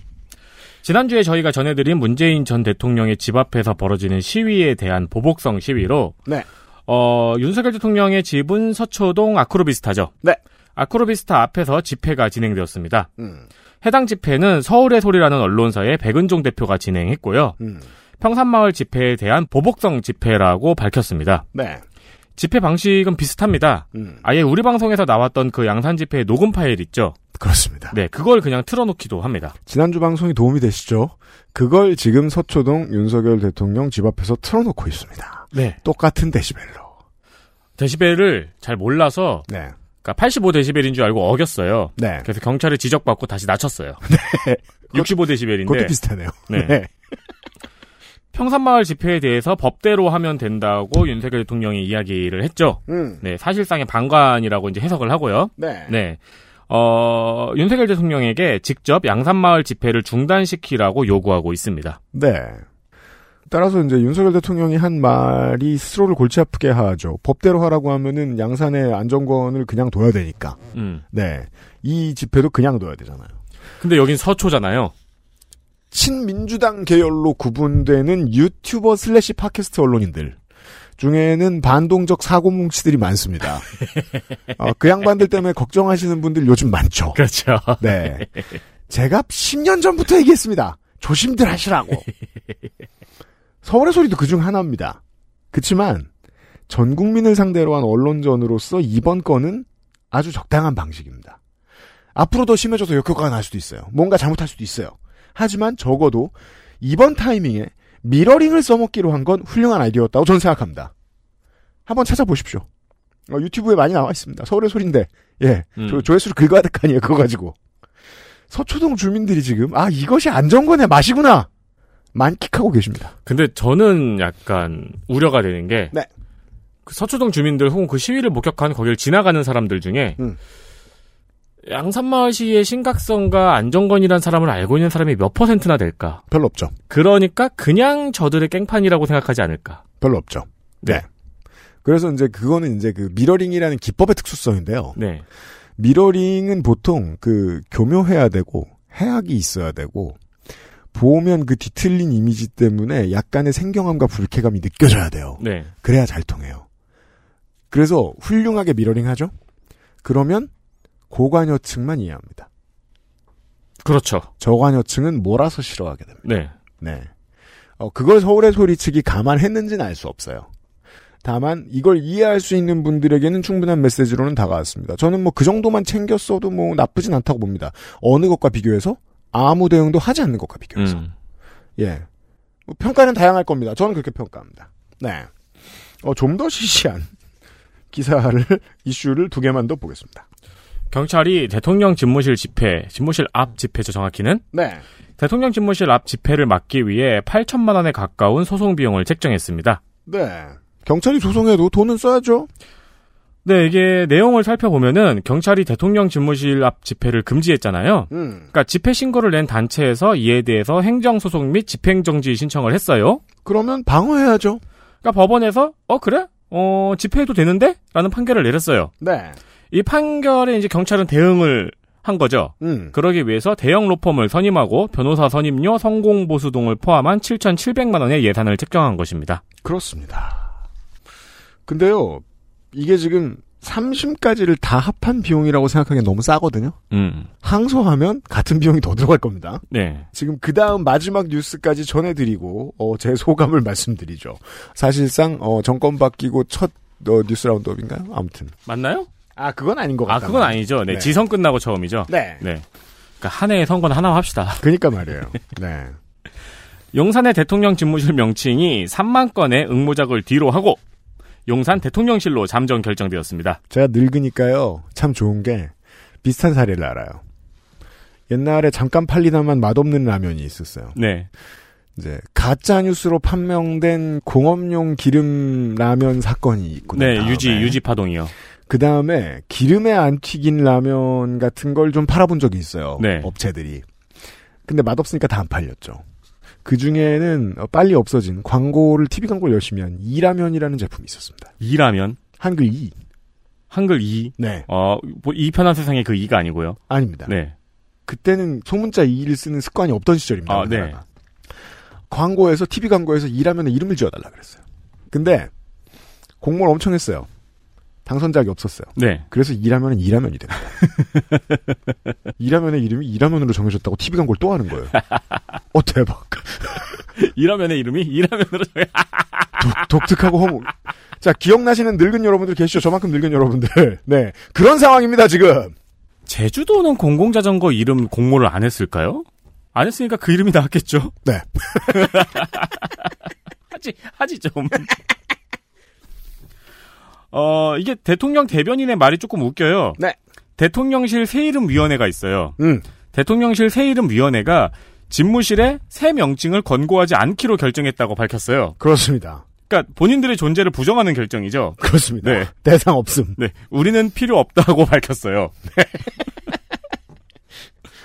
[SPEAKER 3] 지난주에 저희가 전해드린 문재인 전 대통령의 집 앞에서 벌어지는 시위에 대한 보복성 시위로
[SPEAKER 2] 네.
[SPEAKER 3] 어, 윤석열 대통령의 집은 서초동 아크로비스타죠.
[SPEAKER 2] 네.
[SPEAKER 3] 아크로비스타 앞에서 집회가 진행되었습니다.
[SPEAKER 2] 음,
[SPEAKER 3] 해당 집회는 서울의 소리라는 언론사의 백은종 대표가 진행했고요.
[SPEAKER 2] 음,
[SPEAKER 3] 평산마을 집회에 대한 보복성 집회라고 밝혔습니다.
[SPEAKER 2] 네.
[SPEAKER 3] 집회 방식은 비슷합니다.
[SPEAKER 2] 음,
[SPEAKER 3] 아예 우리 방송에서 나왔던 그 양산 집회의 녹음 파일 있죠.
[SPEAKER 2] 그렇습니다.
[SPEAKER 3] 네, 그걸 그냥 틀어놓기도 합니다.
[SPEAKER 2] 지난주 방송이 도움이 되시죠? 그걸 지금 서초동 윤석열 대통령 집 앞에서 틀어놓고 있습니다.
[SPEAKER 3] 네.
[SPEAKER 2] 똑같은 데시벨로.
[SPEAKER 3] 데시벨을 잘 몰라서
[SPEAKER 2] 네.
[SPEAKER 3] 그러니까 85데시벨인 줄 알고 어겼어요.
[SPEAKER 2] 네.
[SPEAKER 3] 그래서 경찰에 지적받고 다시 낮췄어요.
[SPEAKER 2] 그것도
[SPEAKER 3] 65데시벨인데
[SPEAKER 2] 비슷하네요.
[SPEAKER 3] 네. 평산마을 집회에 대해서 법대로 하면 된다고 윤석열 대통령이 이야기를 했죠.
[SPEAKER 2] 음,
[SPEAKER 3] 네, 사실상의 방관이라고 이제 해석을 하고요.
[SPEAKER 2] 네.
[SPEAKER 3] 네. 어, 윤석열 대통령에게 직접 양산마을 집회를 중단시키라고 요구하고 있습니다.
[SPEAKER 2] 네. 따라서 이제 윤석열 대통령이 한 말이 스스로를 골치 아프게 하죠. 법대로 하라고 하면은 양산의 안정권을 그냥 둬야 되니까.
[SPEAKER 3] 음.
[SPEAKER 2] 네. 이 집회도 그냥 둬야 되잖아요.
[SPEAKER 3] 근데 여긴 서초잖아요.
[SPEAKER 2] 친민주당 계열로 구분되는 유튜버 슬래시 팟캐스트 언론인들 중에는 반동적 사고뭉치들이 많습니다. 어, 그 양반들 때문에 걱정하시는 분들 요즘 많죠.
[SPEAKER 3] 그렇죠.
[SPEAKER 2] 네. 제가 10년 전부터 얘기했습니다. 조심들 하시라고. 서울의 소리도 그중 하나입니다. 그치만, 전 국민을 상대로 한 언론전으로서 이번 건은 아주 적당한 방식입니다. 앞으로 더 심해져서 역효과가 날 수도 있어요. 뭔가 잘못할 수도 있어요. 하지만 적어도 이번 타이밍에 미러링을 써먹기로 한 건 훌륭한 아이디어였다고 저는 생각합니다. 한번 찾아보십시오. 어, 유튜브에 많이 나와 있습니다. 서울의 소리인데, 예.
[SPEAKER 3] 음.
[SPEAKER 2] 조- 조회수를 긁어야 될 거 아니에요, 그거 가지고. 서초동 주민들이 지금, 아, 이것이 안정권의 맛이구나! 만끽하고 계십니다.
[SPEAKER 3] 근데 저는 약간 우려가 되는 게
[SPEAKER 2] 네.
[SPEAKER 3] 그 서초동 주민들 혹은 그 시위를 목격한 거기를 지나가는 사람들 중에
[SPEAKER 2] 음.
[SPEAKER 3] 양산마을 시위의 심각성과 안정권이란 사람을 알고 있는 사람이 몇 퍼센트나 될까?
[SPEAKER 2] 별로 없죠.
[SPEAKER 3] 그러니까 그냥 저들의 깽판이라고 생각하지 않을까?
[SPEAKER 2] 별로 없죠. 네. 그래서 이제 그거는 이제 그 미러링이라는 기법의 특수성인데요.
[SPEAKER 3] 네.
[SPEAKER 2] 미러링은 보통 그 교묘해야 되고, 해악이 있어야 되고, 보면 그 뒤틀린 이미지 때문에 약간의 생경함과 불쾌감이 느껴져야 돼요.
[SPEAKER 3] 네.
[SPEAKER 2] 그래야 잘 통해요. 그래서 훌륭하게 미러링 하죠? 그러면 고관여층만 이해합니다.
[SPEAKER 3] 그렇죠.
[SPEAKER 2] 저관여층은 몰아서 싫어하게 됩니다.
[SPEAKER 3] 네.
[SPEAKER 2] 네. 어, 그걸 서울의 소리치기 감안했는지는 알 수 없어요. 다만 이걸 이해할 수 있는 분들에게는 충분한 메시지로는 다가왔습니다. 저는 뭐 그 정도만 챙겼어도 뭐 나쁘진 않다고 봅니다. 어느 것과 비교해서 아무 대응도 하지 않는 것과 비교해서.
[SPEAKER 3] 음.
[SPEAKER 2] 예. 뭐 평가는 다양할 겁니다. 저는 그렇게 평가합니다. 네. 어, 좀 더 시시한 기사를, 이슈를 두 개만 더 보겠습니다.
[SPEAKER 3] 경찰이 대통령 집무실 집회, 집무실 앞 집회죠, 정확히는.
[SPEAKER 2] 네.
[SPEAKER 3] 대통령 집무실 앞 집회를 막기 위해 8천만 원에 가까운 소송 비용을 책정했습니다.
[SPEAKER 2] 네. 경찰이 조성해도 돈은 써야죠.
[SPEAKER 3] 네, 이게 내용을 살펴보면은 경찰이 대통령 집무실 앞 집회를 금지했잖아요.
[SPEAKER 2] 음.
[SPEAKER 3] 그러니까 집회 신고를 낸 단체에서 이에 대해서 행정 소송 및 집행 정지 신청을 했어요.
[SPEAKER 2] 그러면 방어해야죠.
[SPEAKER 3] 그러니까 법원에서 어 그래? 어 집회해도 되는데? 라는 판결을 내렸어요.
[SPEAKER 2] 네.
[SPEAKER 3] 이 판결에 이제 경찰은 대응을 한 거죠.
[SPEAKER 2] 음.
[SPEAKER 3] 그러기 위해서 대형 로펌을 선임하고 변호사 선임료, 성공 보수 등을 포함한 7,700만 원의 예산을 책정한 것입니다.
[SPEAKER 2] 그렇습니다. 근데요, 이게 지금 3심까지를 다 합한 비용이라고 생각하기엔 너무 싸거든요.
[SPEAKER 3] 음.
[SPEAKER 2] 항소하면 같은 비용이 더 들어갈 겁니다.
[SPEAKER 3] 네.
[SPEAKER 2] 지금 그 다음 마지막 뉴스까지 전해드리고 어, 제 소감을 말씀드리죠. 사실상 어, 정권 바뀌고 첫 어, 뉴스 라운드업인가요? 아무튼
[SPEAKER 3] 맞나요?
[SPEAKER 2] 아 그건 아닌 것
[SPEAKER 3] 아,
[SPEAKER 2] 같아요.
[SPEAKER 3] 그건 아니죠. 네,
[SPEAKER 2] 네.
[SPEAKER 3] 지선 끝나고 처음이죠.
[SPEAKER 2] 네.
[SPEAKER 3] 네. 그러니까 한 해의 선거는 하나 합시다.
[SPEAKER 2] 그니까 말이에요. 네.
[SPEAKER 3] 용산의 대통령 집무실 명칭이 3만 건의 응모작을 뒤로 하고 용산 대통령실로 잠정 결정되었습니다.
[SPEAKER 2] 제가 늙으니까요. 참 좋은 게 비슷한 사례를 알아요. 옛날에 잠깐 팔리다만 맛없는 라면이 있었어요.
[SPEAKER 3] 네.
[SPEAKER 2] 이제 가짜 뉴스로 판명된 공업용 기름 라면 사건이 있고 난
[SPEAKER 3] 네,
[SPEAKER 2] 다음에
[SPEAKER 3] 유지 유지 파동이요.
[SPEAKER 2] 그 다음에 기름에 안 튀긴 라면 같은 걸 좀 팔아본 적이 있어요.
[SPEAKER 3] 네.
[SPEAKER 2] 업체들이. 근데 맛없으니까 다 안 팔렸죠. 그 중에는 어, 빨리 없어진 광고를 TV 광고를 열심히 한 이라면이라는 제품이 있었습니다.
[SPEAKER 3] 이라면
[SPEAKER 2] 한글 이.
[SPEAKER 3] 한글 이
[SPEAKER 2] 네.
[SPEAKER 3] 어, 뭐이 편한 세상의 그 이가 아니고요.
[SPEAKER 2] 아닙니다.
[SPEAKER 3] 네.
[SPEAKER 2] 그때는 소문자 이를 쓰는 습관이 없던 시절입니다.
[SPEAKER 3] 아,
[SPEAKER 2] 우리나라가. 광고에서 TV 광고에서 이라면의 이름을 지어달라 그랬어요. 근데 공모를 엄청 했어요. 당선작이 없었어요.
[SPEAKER 3] 네.
[SPEAKER 2] 그래서 이라면은 이라면이 됩니다. 이라면의 이름이 이라면으로 정해졌다고 TV 광고를 또 하는 거예요. 어, 대박.
[SPEAKER 3] 이라면의 이름이 이라면으로 정해.
[SPEAKER 2] 독, 특하고 허무. 자, 기억나시는 늙은 여러분들 계시죠? 저만큼 늙은 여러분들. 네. 그런 상황입니다, 지금.
[SPEAKER 3] 제주도는 공공자전거 이름 공모를 안 했을까요? 안 했으니까 그 이름이 나왔겠죠.
[SPEAKER 2] 네.
[SPEAKER 3] 하지 하지 좀. 어 이게 대통령 대변인의 말이 조금 웃겨요.
[SPEAKER 2] 네.
[SPEAKER 3] 대통령실 새 이름 위원회가 있어요.
[SPEAKER 2] 음.
[SPEAKER 3] 대통령실 새 이름 위원회가 집무실에 새 명칭을 권고하지 않기로 결정했다고 밝혔어요.
[SPEAKER 2] 그렇습니다.
[SPEAKER 3] 그러니까 본인들의 존재를 부정하는 결정이죠.
[SPEAKER 2] 그렇습니다.
[SPEAKER 3] 네.
[SPEAKER 2] 대상 없음.
[SPEAKER 3] 네, 우리는 필요 없다고 밝혔어요.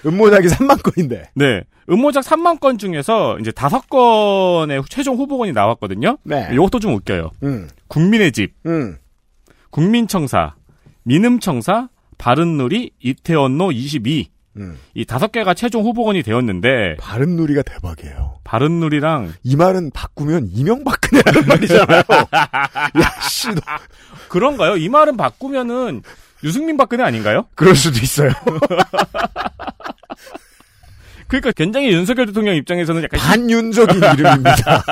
[SPEAKER 2] 음모작이 3만 건인데.
[SPEAKER 3] 네. 음모작 3만 건 중에서 이제 5건의 최종 후보군이 나왔거든요.
[SPEAKER 2] 네.
[SPEAKER 3] 이것도 좀 웃겨요.
[SPEAKER 2] 음.
[SPEAKER 3] 국민의 집,
[SPEAKER 2] 음.
[SPEAKER 3] 국민청사, 민음청사, 바른누리, 이태원로 22.
[SPEAKER 2] 음.
[SPEAKER 3] 이 다섯 개가 최종 후보군이 되었는데
[SPEAKER 2] 바른누리가 대박이에요.
[SPEAKER 3] 바른누리랑
[SPEAKER 2] 이 말은 바꾸면 이명박근혜라는 말이잖아요. 야, 씨, 너.
[SPEAKER 3] 그런가요? 이 말은 바꾸면은 유승민 박근혜 아닌가요?
[SPEAKER 2] 그럴 수도 있어요.
[SPEAKER 3] 그러니까 굉장히 윤석열 대통령 입장에서는 약간
[SPEAKER 2] 반윤적인 이름입니다.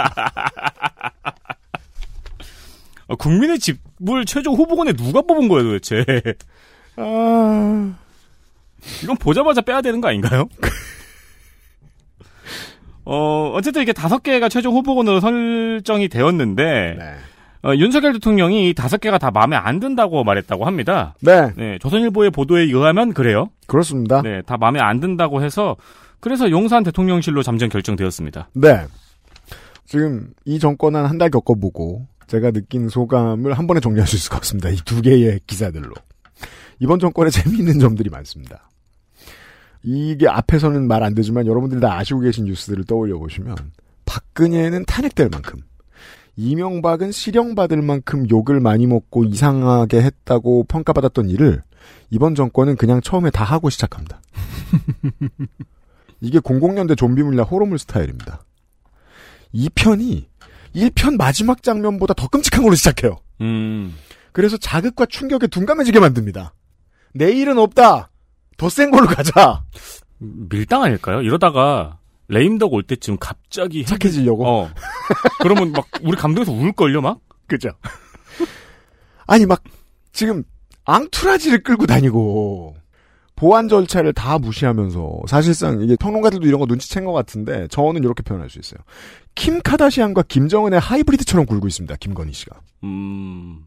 [SPEAKER 3] 어, 국민의 집을 최종 후보군에 누가 뽑은 거예요 도대체?
[SPEAKER 2] 아.
[SPEAKER 3] 이건 보자마자 빼야 되는 거 아닌가요? 어, 어쨌든 이게 다섯 개가 최종 후보군으로 설정이 되었는데,
[SPEAKER 2] 네.
[SPEAKER 3] 어, 윤석열 대통령이 이 다섯 개가 다 마음에 안 든다고 말했다고 합니다.
[SPEAKER 2] 네,
[SPEAKER 3] 네, 조선일보의 보도에 의하면 그래요.
[SPEAKER 2] 그렇습니다. 네.
[SPEAKER 3] 네, 다 마음에 안 든다고 해서, 그래서 용산 대통령실로 잠정 결정되었습니다.
[SPEAKER 2] 네. 지금 이 정권 한 한 달 겪어보고 제가 느낀 소감을 한 번에 정리할 수 있을 것 같습니다. 이 두 개의 기사들로. 이번 정권에 재미있는 점들이 많습니다. 이게 앞에서는 말 안 되지만 여러분들 다 아시고 계신 뉴스들을 떠올려 보시면 박근혜는 탄핵될 만큼 이명박은 실형받을 만큼 욕을 많이 먹고 이상하게 했다고 평가받았던 일을 이번 정권은 그냥 처음에 다 하고 시작합니다. 이게 00년대 좀비물이나 호러물 스타일입니다. 2편이 1편 마지막 장면보다 더 끔찍한 걸로 시작해요.
[SPEAKER 3] 음,
[SPEAKER 2] 그래서 자극과 충격에 둔감해지게 만듭니다. 내일은 없다. 더 센 걸로 가자.
[SPEAKER 3] 밀당 아닐까요? 이러다가, 레임덕 올 때쯤 갑자기, 해-
[SPEAKER 2] 착해지려고.
[SPEAKER 3] 어. 그러면 막, 우리 감독에서 울걸요, 막?
[SPEAKER 2] 그죠? 아니 막 지금 앙투라지를 끌고 다니고 보안 절차를 다 무시하면서 사실상 이게 평론가들도 이런 거 눈치챈 것 같은데 저는 이렇게 표현할 수 있어요. 킴 카다시안과 김정은의 하이브리드처럼 굴고 있습니다. 김건희 씨가.
[SPEAKER 3] 음,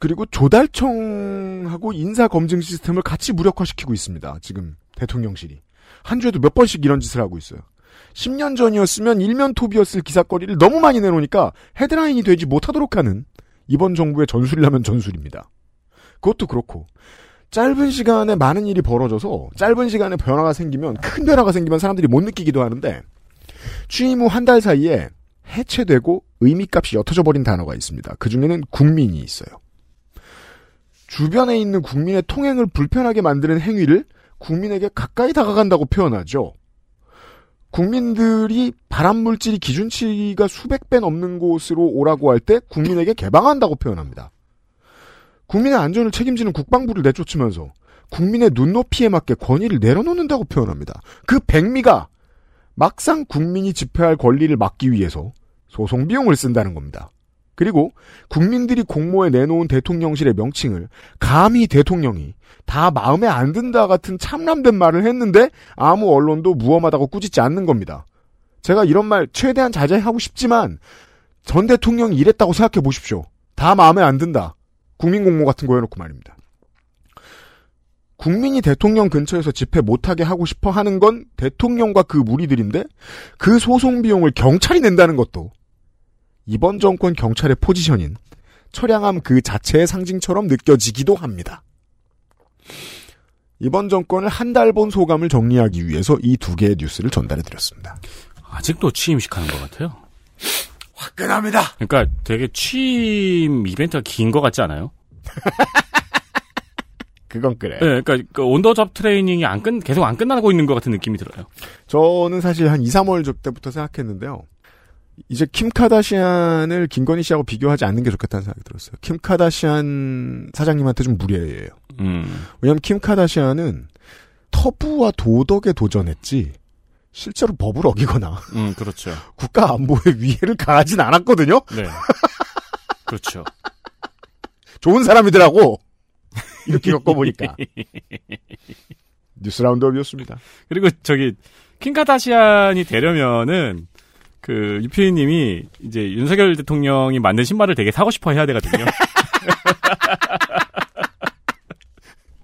[SPEAKER 2] 그리고 조달청하고 인사 검증 시스템을 같이 무력화시키고 있습니다. 지금 대통령실이 한 주에도 몇 번씩 이런 짓을 하고 있어요. 10년 전이었으면 일면 톱이었을 기사거리를 너무 많이 내놓으니까 헤드라인이 되지 못하도록 하는 이번 정부의 전술이라면 전술입니다. 그것도 그렇고 짧은 시간에 많은 일이 벌어져서 짧은 시간에 변화가 생기면 큰 변화가 생기면 사람들이 못 느끼기도 하는데 취임 후 한 달 사이에 해체되고 의미값이 옅어져 버린 단어가 있습니다. 그 중에는 국민이 있어요. 주변에 있는 국민의 통행을 불편하게 만드는 행위를 국민에게 가까이 다가간다고 표현하죠. 국민들이 발암물질이 기준치가 수백 배 넘는 곳으로 오라고 할 때 국민에게 개방한다고 표현합니다. 국민의 안전을 책임지는 국방부를 내쫓으면서 국민의 눈높이에 맞게 권위를 내려놓는다고 표현합니다. 그 백미가 막상 국민이 집회할 권리를 막기 위해서 소송 비용을 쓴다는 겁니다. 그리고 국민들이 공모에 내놓은 대통령실의 명칭을 감히 대통령이 다 마음에 안 든다 같은 참람된 말을 했는데 아무 언론도 무엄하다고 꾸짖지 않는 겁니다. 제가 이런 말 최대한 자제하고 싶지만 전 대통령이 이랬다고 생각해 보십시오. 다 마음에 안 든다. 국민 공모 같은 거 해놓고 말입니다. 국민이 대통령 근처에서 집회 못하게 하고 싶어 하는 건 대통령과 그 무리들인데 그 소송 비용을 경찰이 낸다는 것도 이번 정권 경찰의 포지션인 처량함 그 자체의 상징처럼 느껴지기도 합니다. 이번 정권을 한 달 본 소감을 정리하기 위해서 이 두 개의 뉴스를 전달해 드렸습니다.
[SPEAKER 10] 아직도 취임식하는 것 같아요.
[SPEAKER 2] 화끈합니다.
[SPEAKER 10] 그러니까 되게 취임 이벤트가 긴 것 같지 않아요?
[SPEAKER 2] 그건 그래.
[SPEAKER 10] 네, 그러니까 그 온더잡 트레이닝이 안 끝, 계속 안 끝나고 있는 것 같은 느낌이 들어요.
[SPEAKER 2] 저는 사실 한 2, 3월 접 때부터 생각했는데요. 이제 킴 카다시안을 김건희 씨하고 비교하지 않는 게 좋겠다는 생각이 들었어요. 킴 카다시안 사장님한테 좀 무례해요.
[SPEAKER 10] 음.
[SPEAKER 2] 왜냐하면 킴 카다시안은 터부와 도덕에 도전했지 실제로 법을 어기거나
[SPEAKER 10] 음, 그렇죠.
[SPEAKER 2] 국가 안보에 위해를 가하진 않았거든요.
[SPEAKER 10] 네. 그렇죠.
[SPEAKER 2] 좋은 사람이더라고. 이렇게 겪어보니까. 뉴스 라운드업이었습니다.
[SPEAKER 10] 그리고 저기 킹카다시안이 되려면은 그 유피님이 이제 윤석열 대통령이 만든 신발을 되게 사고 싶어 해야 되거든요.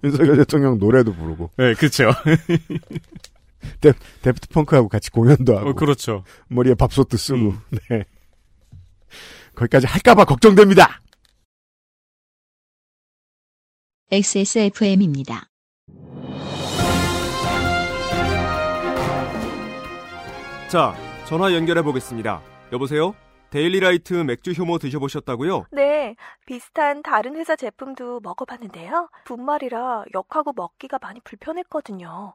[SPEAKER 2] 윤석열 대통령 노래도 부르고
[SPEAKER 10] 네, 그렇죠.
[SPEAKER 2] 데프트 펑크하고 같이 공연도 하고
[SPEAKER 10] 어, 음. 그렇죠.
[SPEAKER 2] 머리에 밥솥도 쓰고. 네. 거기까지 할까봐 걱정됩니다.
[SPEAKER 1] XSFM입니다.
[SPEAKER 11] 자, 전화 연결해 보겠습니다. 여보세요? 데일리라이트 맥주 효모 드셔보셨다고요?
[SPEAKER 12] 네, 비슷한 다른 회사 제품도 먹어봤는데요. 분말이라 역하고 먹기가 많이 불편했거든요.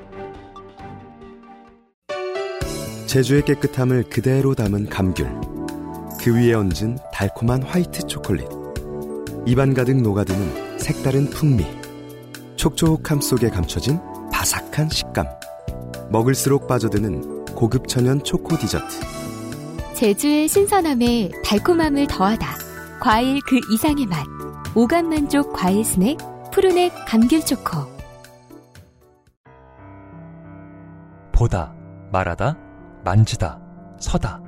[SPEAKER 13] 제주의 깨끗함을 그대로 담은 감귤. 그 위에 얹은 달콤한 화이트 초콜릿. 입안 가득 녹아드는 색다른 풍미. 촉촉함 속에 감춰진 바삭한 식감. 먹을수록 빠져드는 고급 천연 초코 디저트.
[SPEAKER 4] 제주의 신선함에 달콤함을 더하다. 과일 그 이상의 맛. 오감 만족 과일 스낵 푸르넥 감귤 초코.
[SPEAKER 7] 보다, 말하다, 만지다, 서다.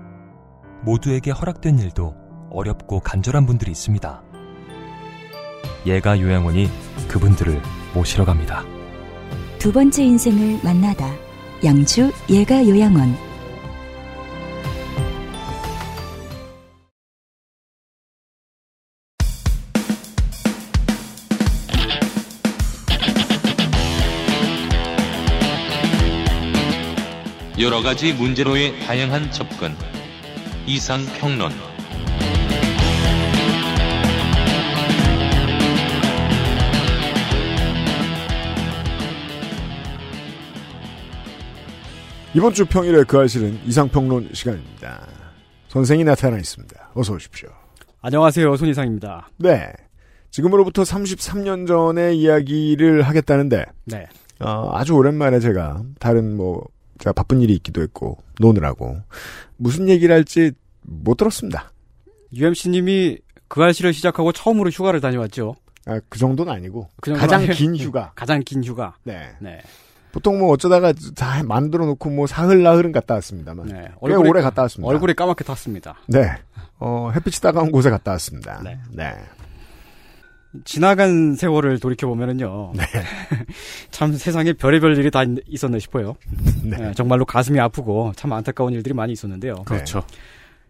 [SPEAKER 7] 모두에게 허락된 일도 어렵고 간절한 분들이 있습니다. 예가 요양원이 그분들을 모시러 갑니다.
[SPEAKER 6] 두 번째 인생을 만나다. 양주 예가 요양원.
[SPEAKER 8] 여러 가지 문제로의 다양한 접근. 이상 평론.
[SPEAKER 2] 이번 주 평일에 그 알실은 이상평론 시간입니다. 선생이 나타나 있습니다. 어서 오십시오.
[SPEAKER 14] 안녕하세요. 손희상입니다.
[SPEAKER 2] 네. 지금으로부터 33년 전의 이야기를 하겠다는데
[SPEAKER 14] 네.
[SPEAKER 2] 어, 아주 오랜만에 제가 다른 뭐 제가 바쁜 일이 있기도 했고 노느라고 무슨 얘기를 할지 못 들었습니다.
[SPEAKER 14] UMC님이 그 알씨를 시작하고 처음으로 휴가를 다녀왔죠.
[SPEAKER 2] 아, 그 정도는 아니고
[SPEAKER 14] 그 정도는
[SPEAKER 2] 가장
[SPEAKER 14] 아니에요.
[SPEAKER 2] 긴 휴가.
[SPEAKER 14] 가장 긴 휴가.
[SPEAKER 2] 네.
[SPEAKER 14] 네.
[SPEAKER 2] 보통 뭐 어쩌다가 다 만들어 놓고 뭐 사흘 나흘은 갔다 왔습니다만
[SPEAKER 14] 네.
[SPEAKER 2] 꽤
[SPEAKER 14] 얼굴이-
[SPEAKER 2] 오래 갔다 왔습니다.
[SPEAKER 14] 얼굴이 까맣게 탔습니다.
[SPEAKER 2] 네. 어, 햇빛이 따가운 곳에 갔다 왔습니다. 네.
[SPEAKER 14] 지나간 세월을 돌이켜보면은요.
[SPEAKER 2] 네.
[SPEAKER 14] 참 세상에 별의별 일이 다 있- 있었네 싶어요.
[SPEAKER 2] 네.
[SPEAKER 14] 네, 정말로 가슴이 아프고 참 안타까운 일들이 많이 있었는데요.
[SPEAKER 10] 그렇죠.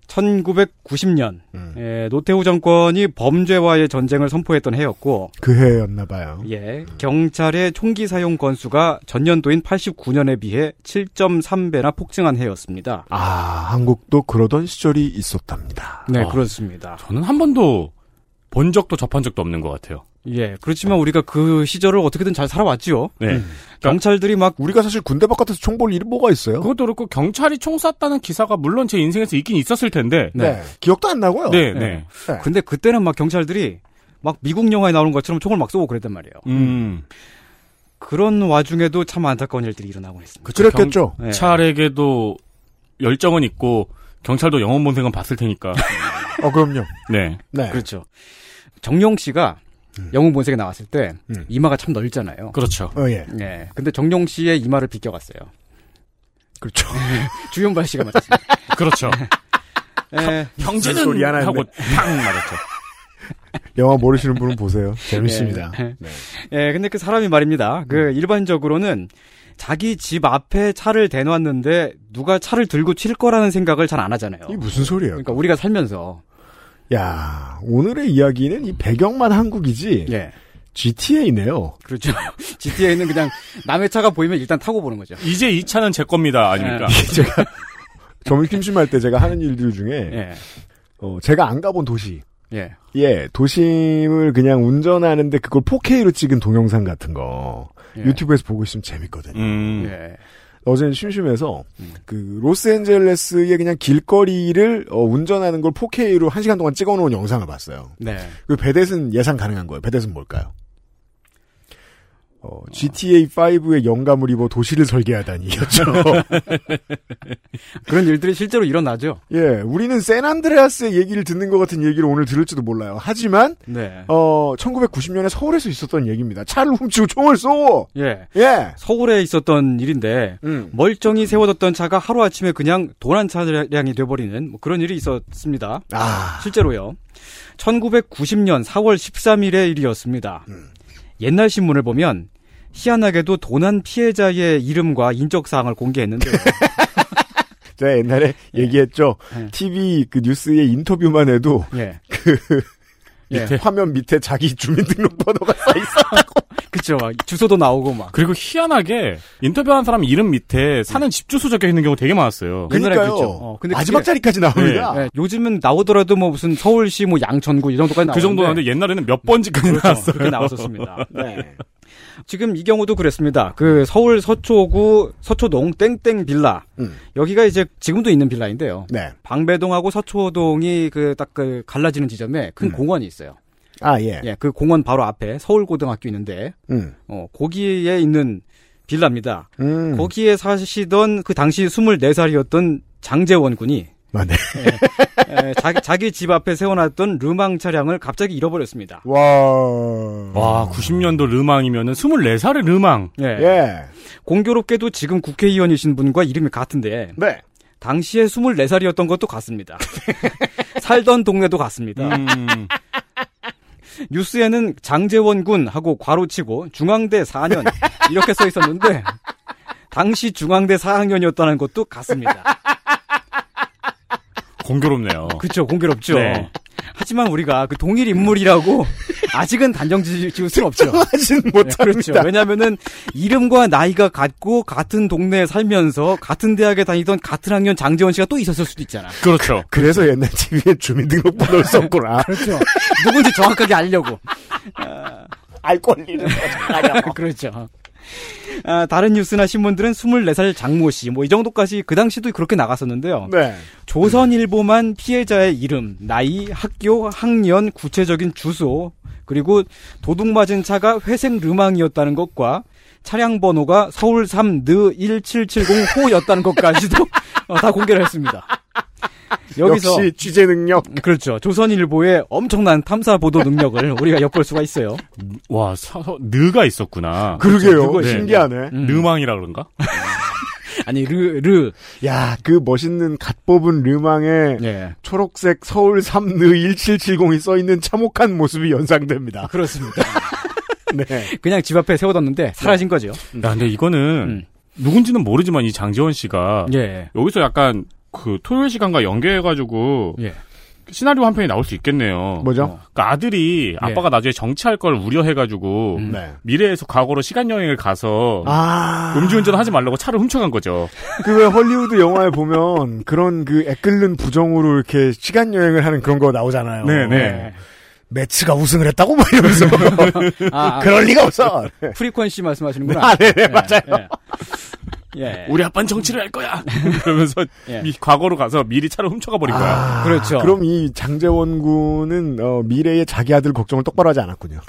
[SPEAKER 14] 1990년
[SPEAKER 2] 음.
[SPEAKER 14] 예, 노태우 정권이 범죄와의 전쟁을 선포했던 해였고
[SPEAKER 2] 그 해였나 봐요.
[SPEAKER 14] 예, 경찰의 총기 사용 건수가 전년도인 89년에 비해 7.3배나 폭증한 해였습니다.
[SPEAKER 2] 아, 한국도 그러던 시절이 있었답니다.
[SPEAKER 14] 네, 그렇습니다.
[SPEAKER 10] 저는 한 번도 본 적도 접한 적도 없는 것 같아요.
[SPEAKER 14] 예, 그렇지만 우리가 그 시절을 어떻게든 잘 살아왔지요.
[SPEAKER 10] 네.
[SPEAKER 14] 경찰들이 막
[SPEAKER 2] 우리가 사실 군대 바깥에서 총 볼 일이 뭐가 있어요?
[SPEAKER 10] 그것도 그렇고 경찰이 총 쐈다는 기사가 물론 제 인생에서 있긴 있었을 텐데.
[SPEAKER 2] 네. 기억도 안 나고요.
[SPEAKER 10] 네, 네.
[SPEAKER 2] 네.
[SPEAKER 14] 근데 그때는 막 경찰들이 막 미국 영화에 나오는 것처럼 총을 막 쏘고 그랬단 말이에요.
[SPEAKER 10] 음.
[SPEAKER 14] 그런 와중에도 참 안타까운 일들이 일어나고 있습니다.
[SPEAKER 2] 그랬겠죠.
[SPEAKER 14] 네.
[SPEAKER 10] 경찰에게도 열정은 있고 경찰도 영혼 본색은 봤을 테니까.
[SPEAKER 2] 어, 그럼요.
[SPEAKER 10] 네.
[SPEAKER 2] 네.
[SPEAKER 14] 그렇죠. 정용 씨가 영웅 본색에 나왔을 때 이마가 참 넓잖아요.
[SPEAKER 10] 그렇죠.
[SPEAKER 2] 어, 예.
[SPEAKER 14] 네. 근데 정용 씨의 이마를 비껴갔어요.
[SPEAKER 2] 그렇죠.
[SPEAKER 14] 주연발 씨가 맞았습니다.
[SPEAKER 10] 그렇죠.
[SPEAKER 14] 네. 예.
[SPEAKER 10] 형제는
[SPEAKER 2] 소리 하나
[SPEAKER 10] 하고
[SPEAKER 2] 했네.
[SPEAKER 10] 팡 맞았죠.
[SPEAKER 2] 영화 모르시는 분은 보세요. 재밌습니다.
[SPEAKER 14] 예. 예, 근데 그 사람이 말입니다. 그
[SPEAKER 2] 음.
[SPEAKER 14] 일반적으로는 자기 집 앞에 차를 대놨는데 누가 차를 들고 칠 거라는 생각을 잘 안 하잖아요.
[SPEAKER 2] 이게 무슨 소리예요?
[SPEAKER 14] 그러니까 우리가 살면서
[SPEAKER 2] 야, 오늘의 이야기는 이 배경만 한국이지.
[SPEAKER 14] 예.
[SPEAKER 2] GTA네요.
[SPEAKER 14] 그렇죠. GTA는 그냥 남의 차가 보이면 일단 타고 보는 거죠.
[SPEAKER 10] 이제 이 차는 제 겁니다.
[SPEAKER 2] 그러니까.
[SPEAKER 10] 아닙니까?
[SPEAKER 14] 네.
[SPEAKER 2] 제가 점심 심할 때 제가 하는 일들 중에 어, 제가 안 가본 도시.
[SPEAKER 14] 예.
[SPEAKER 2] 예, 도심을 그냥 운전하는데 그걸 4K로 찍은 동영상 같은 거 유튜브에서 보고 있으면 재밌거든요.
[SPEAKER 10] 음.
[SPEAKER 14] 예. 네.
[SPEAKER 2] 어제는 심심해서 그 로스앤젤레스의 그냥 길거리를 어, 운전하는 걸 4K로 1시간 동안 찍어 놓은 영상을 봤어요.
[SPEAKER 14] 네.
[SPEAKER 2] 그 베댓은 예상 가능한 거예요. 베댓은 뭘까요? GTA 5의 영감을 입어 도시를 설계하다니였죠. 그렇죠?
[SPEAKER 14] 그런 일들이 실제로 일어나죠.
[SPEAKER 2] 예, 우리는 샌안드레아스의 얘기를 듣는 것 같은 얘기를 오늘 들을지도 몰라요. 하지만
[SPEAKER 14] 네.
[SPEAKER 2] 어 1990년에 서울에서 있었던 얘기입니다. 차를 훔치고 총을 쏘.
[SPEAKER 14] 예.
[SPEAKER 2] 예.
[SPEAKER 14] 서울에 있었던 일인데
[SPEAKER 10] 음.
[SPEAKER 14] 멀쩡히 세워뒀던 차가 하루 아침에 그냥 도난 차량이 돼버리는 뭐 그런 일이 있었습니다.
[SPEAKER 2] 아.
[SPEAKER 14] 실제로요. 1990년 4월 13일의 일이었습니다.
[SPEAKER 10] 음.
[SPEAKER 14] 옛날 신문을 보면 희한하게도 도난 피해자의 이름과 인적 사항을 공개했는데
[SPEAKER 2] 제가 옛날에 얘기했죠. TV 그 뉴스의 인터뷰만 해도
[SPEAKER 14] 예.
[SPEAKER 2] 그
[SPEAKER 14] 예.
[SPEAKER 2] 밑에 화면 밑에 자기 주민등록번호가
[SPEAKER 14] 아,
[SPEAKER 2] 써 있었다고.
[SPEAKER 14] 그쵸. 막 주소도 나오고 막.
[SPEAKER 10] 그리고 희한하게 인터뷰한 사람 이름 밑에 사는 집 주소 적혀 있는 경우 되게 많았어요.
[SPEAKER 14] 옛날에 그랬죠. 어, 근데 그게-
[SPEAKER 10] 아.
[SPEAKER 14] 예, 예. 요즘은 나오더라도 뭐 무슨 서울시 뭐 양천구 이 정도까지 나오는데
[SPEAKER 10] 그 정도 나는데 옛날에는 몇 번지까지 나왔어요.
[SPEAKER 14] 그렇죠. 그렇게 나왔었습니다. 지금 이 경우도 그랬습니다. 그 서울 서초구 서초동 땡땡 빌라 여기가 이제 지금도 있는 빌라인데요.
[SPEAKER 2] 음, 네.
[SPEAKER 14] 방배동하고 서초동이 그 딱 그 갈라지는 지점에 큰 공원이 있어요.
[SPEAKER 2] 아 음. 예.
[SPEAKER 14] 예, 그 공원 바로 앞에 서울고등학교 있는데
[SPEAKER 2] 음.
[SPEAKER 14] 어, 거기에 있는 빌라입니다.
[SPEAKER 2] 음.
[SPEAKER 14] 거기에 사시던 그 당시 24살이었던 장재원 군이
[SPEAKER 2] 아, 네.
[SPEAKER 14] 예, 예, 자기, 자기 집 앞에 세워놨던 르망 차량을 갑자기 잃어버렸습니다.
[SPEAKER 2] 와.
[SPEAKER 10] 와, 90년도 르망이면은 24살의 르망.
[SPEAKER 14] 예. 공교롭게도 지금 국회의원이신 분과 이름이 같은데.
[SPEAKER 2] 네.
[SPEAKER 14] 당시에 24살이었던 것도 같습니다. 살던
[SPEAKER 2] 음.
[SPEAKER 14] 동네도 같습니다.
[SPEAKER 10] 음.
[SPEAKER 14] 뉴스에는 장재원 군하고 괄호치고 중앙대 4학년 이렇게 써 있었는데 당시 중앙대 4학년이었다는 것도 같습니다.
[SPEAKER 10] 공교롭네요.
[SPEAKER 14] 그쵸 공교롭죠.
[SPEAKER 10] 네.
[SPEAKER 14] 하지만 우리가 그 동일 인물이라고 아직은 단정 지- 지을 수는 없죠. 네,
[SPEAKER 2] 하진 못합니다.
[SPEAKER 14] 그렇죠. 왜냐하면은 이름과 나이가 같고 같은 동네에 살면서 같은 대학에 다니던 같은 학년 장재원 씨가 또 있었을 수도 있잖아.
[SPEAKER 10] 그렇죠.
[SPEAKER 2] 그래서 옛날 TV에 주민등록번호를 썼구나.
[SPEAKER 14] 그렇죠. 누군지 정확하게 알려고.
[SPEAKER 2] 아, 알 권리는
[SPEAKER 14] 그렇죠. 아, 다른 뉴스나 신문들은 24살 장모 씨, 뭐 이 정도까지 그 당시도 그렇게 나갔었는데요.
[SPEAKER 2] 네.
[SPEAKER 14] 조선일보만 피해자의 이름, 나이, 학교, 학년, 구체적인 주소, 그리고 도둑 맞은 차가 회색 르망이었다는 것과 차량 번호가 서울 3느 1770호였다는 것까지도 어, 다 공개를 했습니다. 여기서
[SPEAKER 2] 역시 취재 능력.
[SPEAKER 14] 그렇죠. 조선일보의 엄청난 탐사 보도 능력을 우리가 엿볼 수가 있어요.
[SPEAKER 10] 와, 서서 느가 있었구나.
[SPEAKER 2] 그러게요. 신기하네.
[SPEAKER 14] 음.
[SPEAKER 10] 르망이라 그런가?
[SPEAKER 14] 아니 르 르.
[SPEAKER 2] 야, 그 멋있는 갓 뽑은 르망에
[SPEAKER 14] 네. 예.
[SPEAKER 2] 초록색 서울 3느 1770이 써 있는 참혹한 모습이 연상됩니다.
[SPEAKER 14] 그렇습니다.
[SPEAKER 2] 네.
[SPEAKER 14] 그냥 집 앞에 세워뒀는데 사라진 거죠.
[SPEAKER 2] 음.
[SPEAKER 10] 야, 근데 이거는 누군지는 모르지만 이 장재원 씨가
[SPEAKER 14] 예.
[SPEAKER 10] 여기서 약간
[SPEAKER 3] 그 토요일 시간과 연계해가지고 시나리오 한 편이 나올 수
[SPEAKER 14] 어,
[SPEAKER 3] 있겠네요.
[SPEAKER 2] 예. 뭐죠? 예.
[SPEAKER 3] 그러니까 아들이 아빠가 나중에 정치할 걸 우려해가지고 미래에서 과거로 시간 여행을 가서
[SPEAKER 2] 음. 네. 아.
[SPEAKER 3] 음주운전 하지 말라고 차를 훔쳐간 거죠.
[SPEAKER 2] 그 왜 헐리우드 영화에 보면 그런 그 애끓는 부정으로 이렇게 시간 여행을 하는 그런 거 나오잖아요.
[SPEAKER 10] 네네.
[SPEAKER 2] 매츠가 우승을 했다고 막 이러면서
[SPEAKER 14] 예.
[SPEAKER 2] 그럴 리가 없어.
[SPEAKER 14] 아, 프리퀀시 말씀하시는구나.
[SPEAKER 2] 아, 네네, 맞아요.
[SPEAKER 14] 예.
[SPEAKER 3] 우리 아빠는 정치를 할 거야. 그러면서
[SPEAKER 2] 예.
[SPEAKER 3] 미- 과거로 가서 미리 차를 훔쳐가 버린
[SPEAKER 2] 아,
[SPEAKER 3] 거야.
[SPEAKER 14] 그렇죠.
[SPEAKER 2] 그럼 이 장재원 군은 어, 미래의 자기 아들 걱정을 똑바로 하지 않았군요.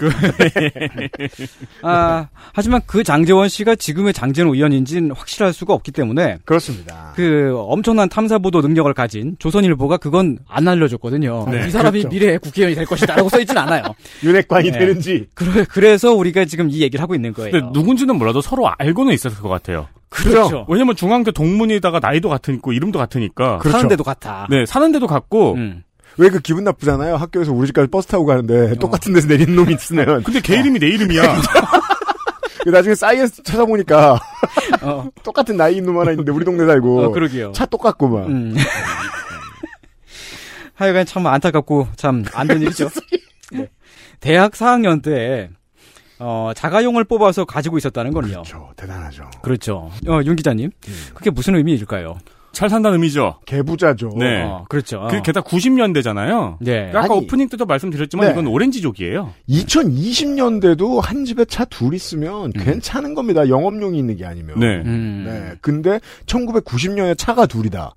[SPEAKER 14] 아, 하지만 그 장재원 씨가 지금의 장재원 의원인지는 확실할 수가 없기 때문에
[SPEAKER 2] 그렇습니다.
[SPEAKER 14] 그 엄청난 탐사 보도 능력을 가진 조선일보가 그건 안 알려줬거든요.
[SPEAKER 2] 네,
[SPEAKER 14] 이 사람이
[SPEAKER 2] 그렇죠.
[SPEAKER 14] 미래의 국회의원이 될 것이다라고 써있진 않아요.
[SPEAKER 2] 윤핵관이
[SPEAKER 14] 네.
[SPEAKER 2] 되는지.
[SPEAKER 14] 그래, 그래서 우리가 지금 이 얘기를 하고 있는 거예요.
[SPEAKER 3] 근데 누군지는 몰라도 서로 알고는 있었을 것 같아요.
[SPEAKER 14] 그렇죠.
[SPEAKER 3] 왜냐면 중앙대 동문이다가 나이도 같고 이름도 같으니까.
[SPEAKER 2] 어. 그렇죠. 음. 사는 데도
[SPEAKER 14] 같아. 음.
[SPEAKER 3] 네, 사는데도 같고.
[SPEAKER 2] 왜 그 기분 나쁘잖아요. 학교에서 우리 집까지 버스 타고 가는데 똑같은 데서 내리는 놈이 있으면.
[SPEAKER 3] 근데 걔 이름이 내 이름이야.
[SPEAKER 2] 나중에 사이언스 찾아보니까 똑같은 나이인 놈 하나 있는데 우리 동네 살고
[SPEAKER 14] 어, 그러게요. 음.
[SPEAKER 2] 차 똑같고 막.
[SPEAKER 14] 하여간 참 안타깝고 참 안 된 일이죠. 네. 대학 4학년 때 어, 자가용을 뽑아서 가지고 있었다는 건요. 그렇죠.
[SPEAKER 2] 대단하죠.
[SPEAKER 14] 그렇죠. 어, 윤 기자님. 그게 무슨 의미일까요?
[SPEAKER 3] 잘 산다는 의미죠.
[SPEAKER 2] 개부자죠.
[SPEAKER 3] 네.
[SPEAKER 14] 어, 그렇죠.
[SPEAKER 3] 그, 게다 90년대잖아요.
[SPEAKER 14] 네.
[SPEAKER 3] 아까
[SPEAKER 2] 아니.
[SPEAKER 3] 오프닝 때도 말씀드렸지만
[SPEAKER 2] 네.
[SPEAKER 3] 이건 오렌지족이에요.
[SPEAKER 2] 2020년대도 한 집에 차 둘
[SPEAKER 14] 음.
[SPEAKER 2] 있으면 괜찮은 겁니다. 영업용이 있는 게 아니면.
[SPEAKER 3] 네.
[SPEAKER 14] 음.
[SPEAKER 2] 네. 근데 1990년에 차가 둘이다.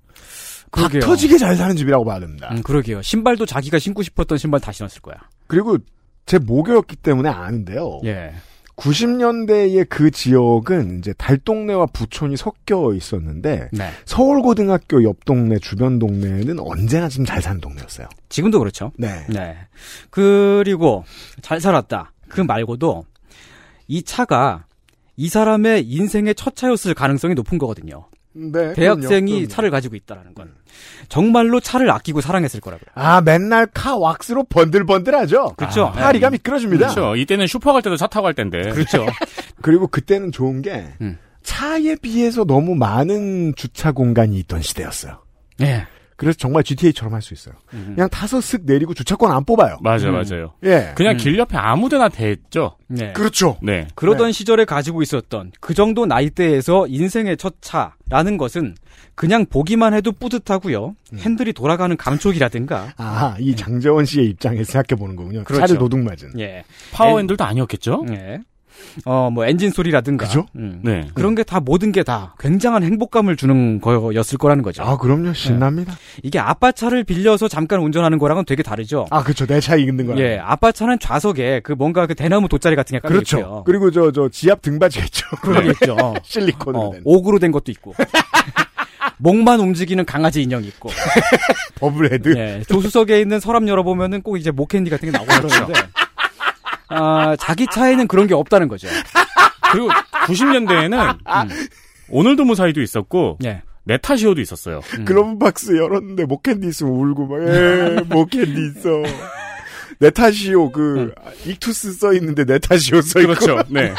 [SPEAKER 2] 박
[SPEAKER 14] 그러게요.
[SPEAKER 2] 터지게 잘 사는 집이라고 봐야 됩니다.
[SPEAKER 14] 음, 그러게요. 신발도 자기가 신고 싶었던 신발 다 신었을 거야.
[SPEAKER 2] 그리고 제 모교였기 때문에 아는데요.
[SPEAKER 14] 예.
[SPEAKER 2] 90년대의 그 지역은 이제 달동네와 부촌이 섞여 있었는데
[SPEAKER 14] 네.
[SPEAKER 2] 서울고등학교 옆 동네 주변 동네는 언제나 지금 잘 사는 동네였어요.
[SPEAKER 14] 지금도 그렇죠.
[SPEAKER 2] 네.
[SPEAKER 14] 그리고 잘 살았다. 그 말고도 이 차가 이 사람의 인생의 첫 차였을 가능성이 높은 거거든요.
[SPEAKER 2] 네.
[SPEAKER 14] 대학생이 차를 가지고 있다라는 건 정말로 차를 아끼고 사랑했을 거라고요.
[SPEAKER 2] 아 맨날 카 왁스로 번들번들하죠.
[SPEAKER 14] 그렇죠.
[SPEAKER 2] 아, 파리가 미끄러집니다.
[SPEAKER 3] 그렇죠. 이때는 슈퍼 갈 때도 차 타고 갈 때인데.
[SPEAKER 14] 그렇죠.
[SPEAKER 2] 그리고 그때는 좋은 게
[SPEAKER 14] 음.
[SPEAKER 2] 차에 비해서 너무 많은 주차 공간이 있던 시대였어요.
[SPEAKER 14] 예.
[SPEAKER 2] 그래서 정말 GTA처럼 할 수 있어요.
[SPEAKER 14] 음.
[SPEAKER 2] 그냥 타서 쓱 내리고 주차권 안 뽑아요.
[SPEAKER 3] 맞아요,
[SPEAKER 2] 음.
[SPEAKER 3] 맞아요.
[SPEAKER 2] 예.
[SPEAKER 3] 그냥
[SPEAKER 2] 음.
[SPEAKER 3] 길 옆에 아무데나 댔죠.
[SPEAKER 14] 네.
[SPEAKER 2] 그렇죠.
[SPEAKER 3] 네.
[SPEAKER 14] 그러던 시절에 가지고 있었던 그 정도 나이대에서 인생의 첫 차라는 것은 그냥 보기만 해도 뿌듯하고요. 핸들이 돌아가는 감촉이라든가.
[SPEAKER 2] 아, 이 장재원 씨의 입장에서 생각해 보는 거군요.
[SPEAKER 14] 음. 그렇죠.
[SPEAKER 2] 차를 노둑맞은.
[SPEAKER 14] 예.
[SPEAKER 3] 파워 핸들도
[SPEAKER 2] 음.
[SPEAKER 3] 아니었겠죠?
[SPEAKER 14] 예. 어, 뭐 엔진 소리라든가.
[SPEAKER 2] 그죠?
[SPEAKER 14] 음.
[SPEAKER 3] 네.
[SPEAKER 14] 그런 게 다 모든 게 다 굉장한 행복감을 주는 거였을 거라는 거죠.
[SPEAKER 2] 아, 그럼요. 신납니다.
[SPEAKER 14] 이게 아빠 차를 빌려서 잠깐 운전하는 거랑은 되게 다르죠.
[SPEAKER 2] 아, 그렇죠. 내 차에 있는 거라.
[SPEAKER 14] 예, 아빠 차는 좌석에 그 뭔가 그 대나무 돗자리 같은 게 깔려
[SPEAKER 2] 그렇죠.
[SPEAKER 14] 있고요.
[SPEAKER 2] 그리고 저, 저, 지압 등받이겠죠.
[SPEAKER 14] 그러겠죠.
[SPEAKER 2] 실리콘으로
[SPEAKER 14] 어, 옥으로 된 것도 있고. 목만 움직이는 강아지 인형이 있고.
[SPEAKER 2] 버블헤드.
[SPEAKER 14] 예, 조수석에 있는 서랍 열어보면은 꼭 이제 목캔디 같은 게 나오고
[SPEAKER 2] 그렇죠.
[SPEAKER 14] 그러는데. 아, 자기 차에는 그런 게 없다는 거죠.
[SPEAKER 3] 그리고
[SPEAKER 2] 아,
[SPEAKER 3] 90년대에는 음. 오늘도 무사히도 있었고
[SPEAKER 14] 예.
[SPEAKER 3] 내 탓이오도 있었어요.
[SPEAKER 14] 음.
[SPEAKER 2] 글러브 박스 열었는데 목캔디 있으면 울고 막, 에, 목캔디 있어. 내 탓이요.
[SPEAKER 14] 음.
[SPEAKER 2] 그, 익투스 써 있는데 내 탓이요 써 있고.
[SPEAKER 3] 그렇죠. 네.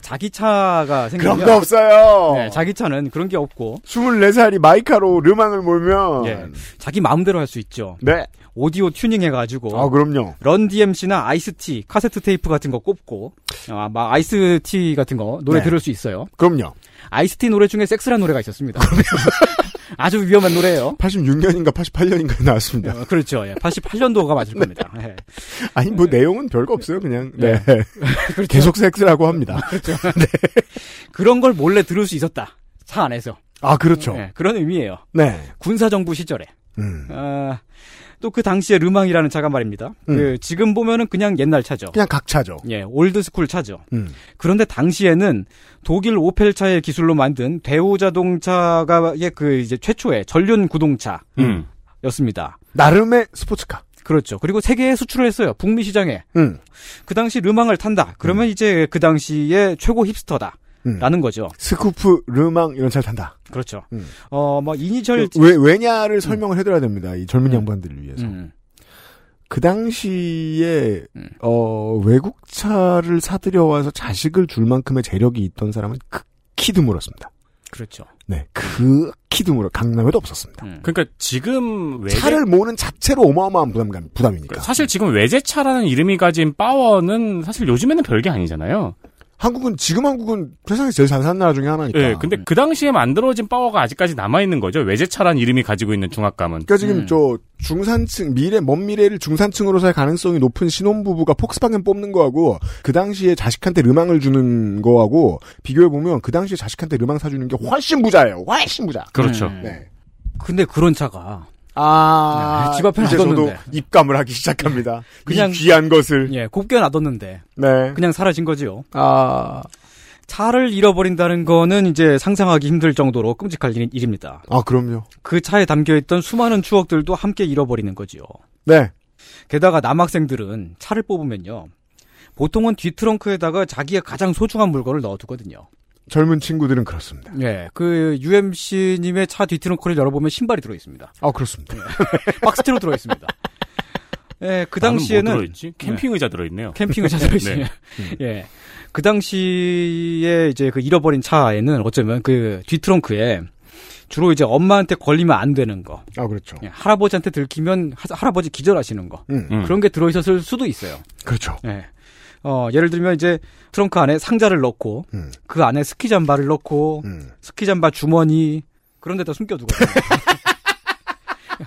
[SPEAKER 14] 자기 차가 생기면
[SPEAKER 2] 그런 거 없어요.
[SPEAKER 14] 네, 자기 차는 그런 게 없고
[SPEAKER 2] 24살이 마이카로 르망을 몰면
[SPEAKER 14] 예, 자기 마음대로 할 수 있죠.
[SPEAKER 2] 네.
[SPEAKER 14] 오디오 튜닝 해가지고.
[SPEAKER 2] 아, 그럼요.
[SPEAKER 14] 런 DMC나 아이스티 카세트 테이프 같은 거 꼽고 아, 막 아이스티 같은 거 노래
[SPEAKER 2] 네.
[SPEAKER 14] 들을 수 있어요.
[SPEAKER 2] 그럼요.
[SPEAKER 14] 아이스티 노래 중에 섹스란 노래가 있었습니다. 아주 위험한 노래예요.
[SPEAKER 2] 86년인가 88년인가에 나왔습니다.
[SPEAKER 14] 어, 그렇죠. 예. 88년도가 맞을
[SPEAKER 2] 네.
[SPEAKER 14] 겁니다. 예.
[SPEAKER 2] 아니 뭐 내용은 별거 없어요 그냥 네.
[SPEAKER 14] 네. 그렇죠.
[SPEAKER 2] 계속 섹스라고 합니다.
[SPEAKER 14] 그렇죠. 그런 걸 몰래 들을 수 있었다. 차 안에서.
[SPEAKER 2] 아 그렇죠.
[SPEAKER 14] 예, 그런 의미예요.
[SPEAKER 2] 네.
[SPEAKER 14] 군사정부 시절에. 어,
[SPEAKER 2] 음.
[SPEAKER 14] 또 그 당시에 르망이라는 차가 말입니다.
[SPEAKER 2] 음.
[SPEAKER 14] 그 지금 보면은 그냥 옛날 차죠.
[SPEAKER 2] 그냥 각차죠.
[SPEAKER 14] 예, 올드스쿨 차죠.
[SPEAKER 2] 음.
[SPEAKER 14] 그런데 당시에는 독일 오펠차의 기술로 만든 대우 자동차가 의그 이제 최초의 전륜 구동차.
[SPEAKER 2] 음.
[SPEAKER 3] 음.
[SPEAKER 14] 였습니다.
[SPEAKER 2] 나름의 스포츠카.
[SPEAKER 14] 그렇죠. 그리고 세계에 수출을 했어요. 북미 시장에.
[SPEAKER 2] 음.
[SPEAKER 14] 그 당시 르망을 탄다. 그러면 이제 그 당시에 최고 힙스터다.
[SPEAKER 2] 음.
[SPEAKER 14] 라는 거죠.
[SPEAKER 2] 스쿠프, 르망 이런 차를 탄다.
[SPEAKER 14] 그렇죠.
[SPEAKER 2] 음.
[SPEAKER 14] 어, 뭐 이니셜
[SPEAKER 2] 그 왜 왜냐를
[SPEAKER 3] 음.
[SPEAKER 2] 설명을 해드려야 됩니다. 이 젊은 양반들을 위해서.
[SPEAKER 14] 음.
[SPEAKER 2] 그 당시에
[SPEAKER 3] 음.
[SPEAKER 2] 어, 외국 차를 사들여 와서 자식을 줄 만큼의 재력이 있던 사람은 극히 드물었습니다.
[SPEAKER 3] 그렇죠.
[SPEAKER 2] 네, 극히 드물어 강남에도 없었습니다.
[SPEAKER 3] 그러니까 지금 외제
[SPEAKER 2] 차를 모는 자체로 어마어마한 부담감, 부담이니까.
[SPEAKER 3] 사실 지금 외제차라는 이름이 가진 파워는 사실 요즘에는 별게 아니잖아요.
[SPEAKER 2] 한국은 지금 한국은 세상에서 제일 잘 사는 나라 중에 하나니까.
[SPEAKER 14] 그러니까.
[SPEAKER 3] 예, 근데 그 당시에 만들어진 파워가 아직까지 남아 있는 거죠. 외제차라는 이름이 가지고 있는 중압감은.
[SPEAKER 2] 그러니까
[SPEAKER 14] 음.
[SPEAKER 2] 지금 저 중산층 미래 먼 미래를 중산층으로 살 가능성이 높은 신혼부부가 폭스바겐 뽑는 거하고 그 당시에 자식한테 르망을 주는 거하고 비교해 보면 그 당시에 자식한테 르망 사주는 게 훨씬 부자예요. 훨씬 부자.
[SPEAKER 3] 그렇죠.
[SPEAKER 14] 음.
[SPEAKER 2] 네.
[SPEAKER 14] 근데 그런 차가
[SPEAKER 2] 아,
[SPEAKER 14] 네, 집 앞에
[SPEAKER 2] 이제 저도
[SPEAKER 14] 놔뒀는데. 네.
[SPEAKER 2] 입감을 하기 시작합니다.
[SPEAKER 14] 그냥
[SPEAKER 2] 이 귀한 것을.
[SPEAKER 14] 예, 곱게 놔뒀는데
[SPEAKER 2] 네.
[SPEAKER 14] 그냥 사라진 거지요.
[SPEAKER 2] 음. 아.
[SPEAKER 14] 차를 잃어버린다는 거는 이제 상상하기 힘들 정도로 끔찍할 일- 일입니다.
[SPEAKER 2] 아, 그럼요.
[SPEAKER 14] 그 차에 담겨있던 수많은 추억들도 함께 잃어버리는 거지요.
[SPEAKER 2] 네.
[SPEAKER 14] 게다가 남학생들은 차를 뽑으면요. 보통은 뒤트렁크에다가 자기의 가장 소중한 물건을 넣어두거든요.
[SPEAKER 2] 젊은 친구들은 그렇습니다.
[SPEAKER 14] 예, 그 UMC님의 차 뒤트렁크를 열어보면 신발이 들어있습니다.
[SPEAKER 2] 아, 그렇습니다.
[SPEAKER 14] 음. 박스티로 들어있습니다. 예, 그 당시에는
[SPEAKER 3] 나는 뭐 들어있지? 캠핑 의자 들어있네요.
[SPEAKER 14] 캠핑 의자 들어있어요.
[SPEAKER 3] 네.
[SPEAKER 14] 예, 그 당시에 이제 그 잃어버린 차에는 어쩌면 그 뒤트렁크에 주로 이제 엄마한테 걸리면 안 되는 거,
[SPEAKER 2] 아, 그렇죠.
[SPEAKER 14] 예, 할아버지한테 들키면 하- 할아버지 기절하시는 거
[SPEAKER 2] 음.
[SPEAKER 14] 그런 게 들어있었을 수도 있어요.
[SPEAKER 2] 그렇죠.
[SPEAKER 14] 예. 어, 예를 들면 이제 트렁크 안에 상자를 넣고
[SPEAKER 2] 음.
[SPEAKER 14] 그 안에 스키 잠바를 넣고 스키 잠바 주머니 그런 데다 숨겨두거든요.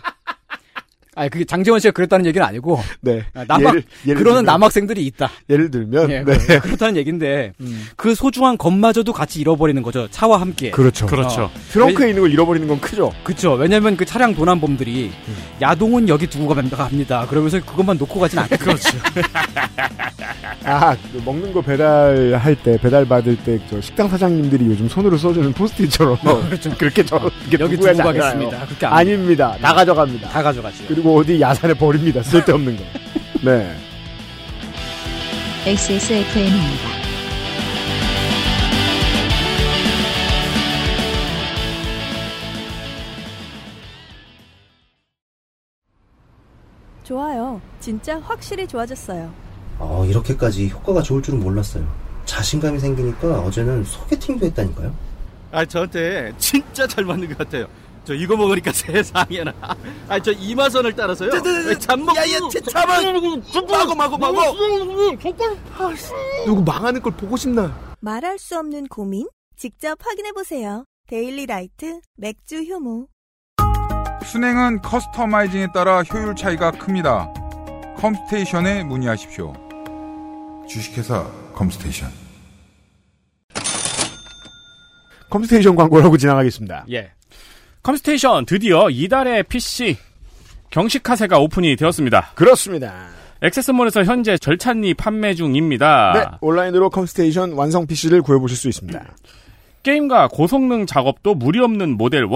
[SPEAKER 14] 아니 그게 장재원 씨가 그랬다는 얘기는 아니고
[SPEAKER 2] 네.
[SPEAKER 14] 아, 남학
[SPEAKER 2] 예를- 예를
[SPEAKER 14] 그러는
[SPEAKER 2] 들면-
[SPEAKER 14] 남학생들이 있다.
[SPEAKER 2] 예를 들면
[SPEAKER 14] 예,
[SPEAKER 2] 네.
[SPEAKER 14] 그- 그렇다는 얘기인데 그 소중한 것마저도 같이 잃어버리는 거죠. 차와 함께.
[SPEAKER 2] 그렇죠.
[SPEAKER 14] 어.
[SPEAKER 2] 트렁크에
[SPEAKER 14] 왜-
[SPEAKER 2] 있는 걸 잃어버리는 건 크죠.
[SPEAKER 14] 그렇죠. 왜냐하면 그 차량 도난범들이
[SPEAKER 2] 음.
[SPEAKER 14] 야동은 여기 두고 갑니다. 그러면서 그것만 놓고 가진 않겠죠. 그렇죠.
[SPEAKER 2] 아, 그 먹는 거 배달할 때, 배달 받을 때, 저 식당 사장님들이 요즘 손으로 써주는 포스트잇처럼.
[SPEAKER 14] 그렇죠.
[SPEAKER 2] 그렇게 저, 이게
[SPEAKER 14] 네. 여기
[SPEAKER 2] 누구의
[SPEAKER 14] 두고
[SPEAKER 2] 자가예요.
[SPEAKER 14] 가겠습니다. 그렇게 안-
[SPEAKER 2] 아닙니다. 다 가져갑니다.
[SPEAKER 14] 다 가져가죠.
[SPEAKER 2] 그리고 어디 야산에 버립니다. 쓸데없는 거. 네.
[SPEAKER 1] XSFM입니다.
[SPEAKER 15] 좋아요. 진짜 확실히 좋아졌어요.
[SPEAKER 7] 어, 이렇게까지 효과가 좋을 줄은 몰랐어요. 자신감이 생기니까 어제는 소개팅도 했다니까요.
[SPEAKER 16] 아 저한테 진짜 잘 맞는 것 같아요. 저 이거 먹으니까 세상에나. 아저 이마선을 따라서요. 잠먹고. 야야 잠만. 마고 마고 마고. 아,
[SPEAKER 2] 누구 망하는 걸 보고 싶나?
[SPEAKER 12] 말할 수 없는 고민? 직접 확인해보세요. 데일리 라이트 맥주 효모.
[SPEAKER 5] 순행은 커스터마이징에 따라 효율 차이가 큽니다. 컴스테이션에 문의하십시오. 주식회사 컴스테이션.
[SPEAKER 2] 컴스테이션 광고라고 지나가겠습니다.
[SPEAKER 3] 예. 컴스테이션 드디어 이달의 PC 경식 카세가 오픈이 되었습니다.
[SPEAKER 2] 그렇습니다.
[SPEAKER 3] 액세스몰에서 현재 절찬리 판매 중입니다.
[SPEAKER 2] 네, 온라인으로 컴스테이션 완성 PC를 구해보실 수 있습니다.
[SPEAKER 3] 게임과 고성능 작업도 무리 없는 모델 1,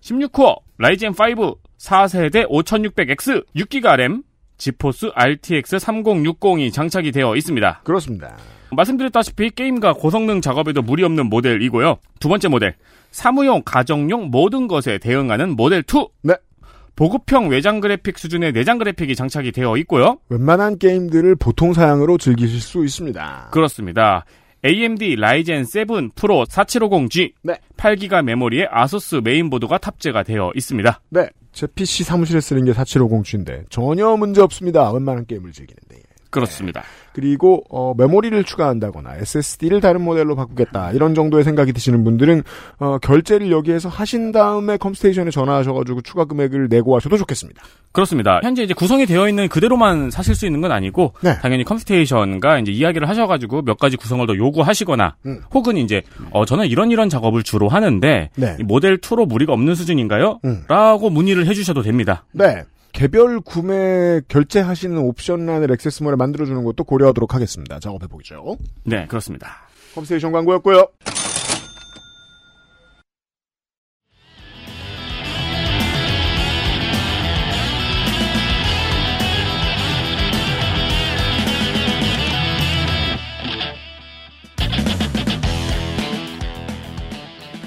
[SPEAKER 3] 16코어, 라이젠 5, 4세대 5600X, 6기가 램, 지포스 RTX 3060이 장착이 되어 있습니다.
[SPEAKER 2] 그렇습니다.
[SPEAKER 3] 말씀드렸다시피 게임과 고성능 작업에도 무리 없는 모델이고요. 두 번째 모델, 사무용, 가정용 모든 것에 대응하는 모델 2.
[SPEAKER 2] 네.
[SPEAKER 3] 보급형 외장 그래픽 수준의 내장 그래픽이 장착이 되어 있고요.
[SPEAKER 2] 웬만한 게임들을 보통 사양으로 즐기실 수 있습니다.
[SPEAKER 3] 그렇습니다. AMD 라이젠 7 프로 4750G 8기가 메모리에 아소스 메인보드가 탑재가 되어 있습니다.
[SPEAKER 2] 네. 제 PC 사무실에 쓰는 게 4750G인데 전혀 문제 없습니다. 웬만한 게임을 즐기는데.
[SPEAKER 3] 그렇습니다.
[SPEAKER 2] 그리고 어, 메모리를 추가한다거나 SSD를 다른 모델로 바꾸겠다 이런 정도의 생각이 드시는 분들은 어, 결제를 여기에서 하신 다음에 컴스테이션에 전화하셔가지고 추가 금액을 내고 하셔도 좋겠습니다.
[SPEAKER 3] 그렇습니다. 현재 이제 구성이 되어 있는 그대로만 사실 수 있는 건 아니고
[SPEAKER 2] 네.
[SPEAKER 3] 당연히 컴스테이션과 이제 이야기를 하셔가지고 몇 가지 구성을 더 요구하시거나
[SPEAKER 2] 음.
[SPEAKER 3] 혹은 이제 어 저는 이런 이런 작업을 주로 하는데
[SPEAKER 2] 네. 음.
[SPEAKER 3] 이 모델 2로 무리가 없는 수준인가요? 라고 문의를 해주셔도 됩니다.
[SPEAKER 2] 네. 개별 구매 결제하시는 옵션란을 액세스몰에 만들어주는 것도 고려하도록 하겠습니다. 작업해보죠.
[SPEAKER 3] 네, 그렇습니다.
[SPEAKER 2] 컴스테이션 광고였고요.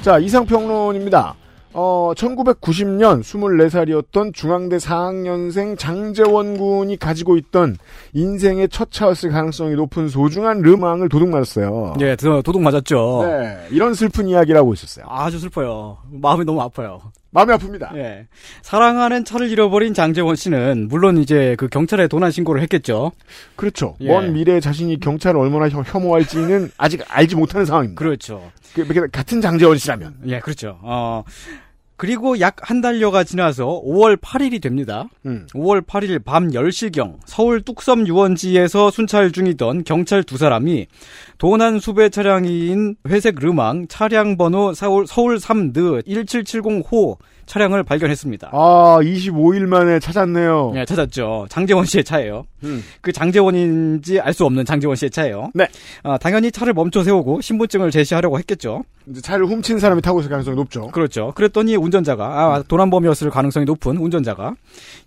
[SPEAKER 2] 자, 이상평론입니다. 어, 1990년 24살이었던 중앙대 4학년생 장재원 군이 가지고 있던 인생의 첫 차였을 가능성이 높은 소중한 르망을 도둑 맞았어요.
[SPEAKER 14] 예, 도- 도둑 맞았죠.
[SPEAKER 2] 네, 이런 슬픈 이야기라고 있었어요.
[SPEAKER 14] 아주 슬퍼요. 마음이 너무 아파요.
[SPEAKER 2] 마음이 아픕니다.
[SPEAKER 14] 예. 사랑하는 차를 잃어버린 장재원 씨는 물론 이제 그 경찰에 도난 신고를 했겠죠.
[SPEAKER 2] 그렇죠. 먼 미래에 자신이 경찰을 얼마나 혐- 혐오할지는 아직 알지 못하는 상황입니다.
[SPEAKER 14] 그렇죠.
[SPEAKER 2] 같은 장재원 씨라면.
[SPEAKER 14] 예, 그렇죠. 어. 그리고 약 한 달여가 지나서 5월 8일이 됩니다.
[SPEAKER 2] 음.
[SPEAKER 14] 5월 8일 밤 10시경 서울 뚝섬 유원지에서 순찰 중이던 경찰 두 사람이 도난 수배 차량인 회색 르망 차량 번호 서울, 서울 3드 1770호 차량을 발견했습니다.
[SPEAKER 2] 아, 25일 만에 찾았네요.
[SPEAKER 14] 네, 찾았죠. 장재원 씨의 차예요. 그 장재원인지 알 수 없는 장재원 씨의 차예요.
[SPEAKER 2] 네.
[SPEAKER 14] 아, 당연히 차를 멈춰 세우고 신분증을 제시하려고 했겠죠.
[SPEAKER 2] 이제 차를 훔친 사람이 타고 있을 가능성이 높죠.
[SPEAKER 14] 그렇죠. 그랬더니 운전자가 아, 도난범이었을 가능성이 높은 운전자가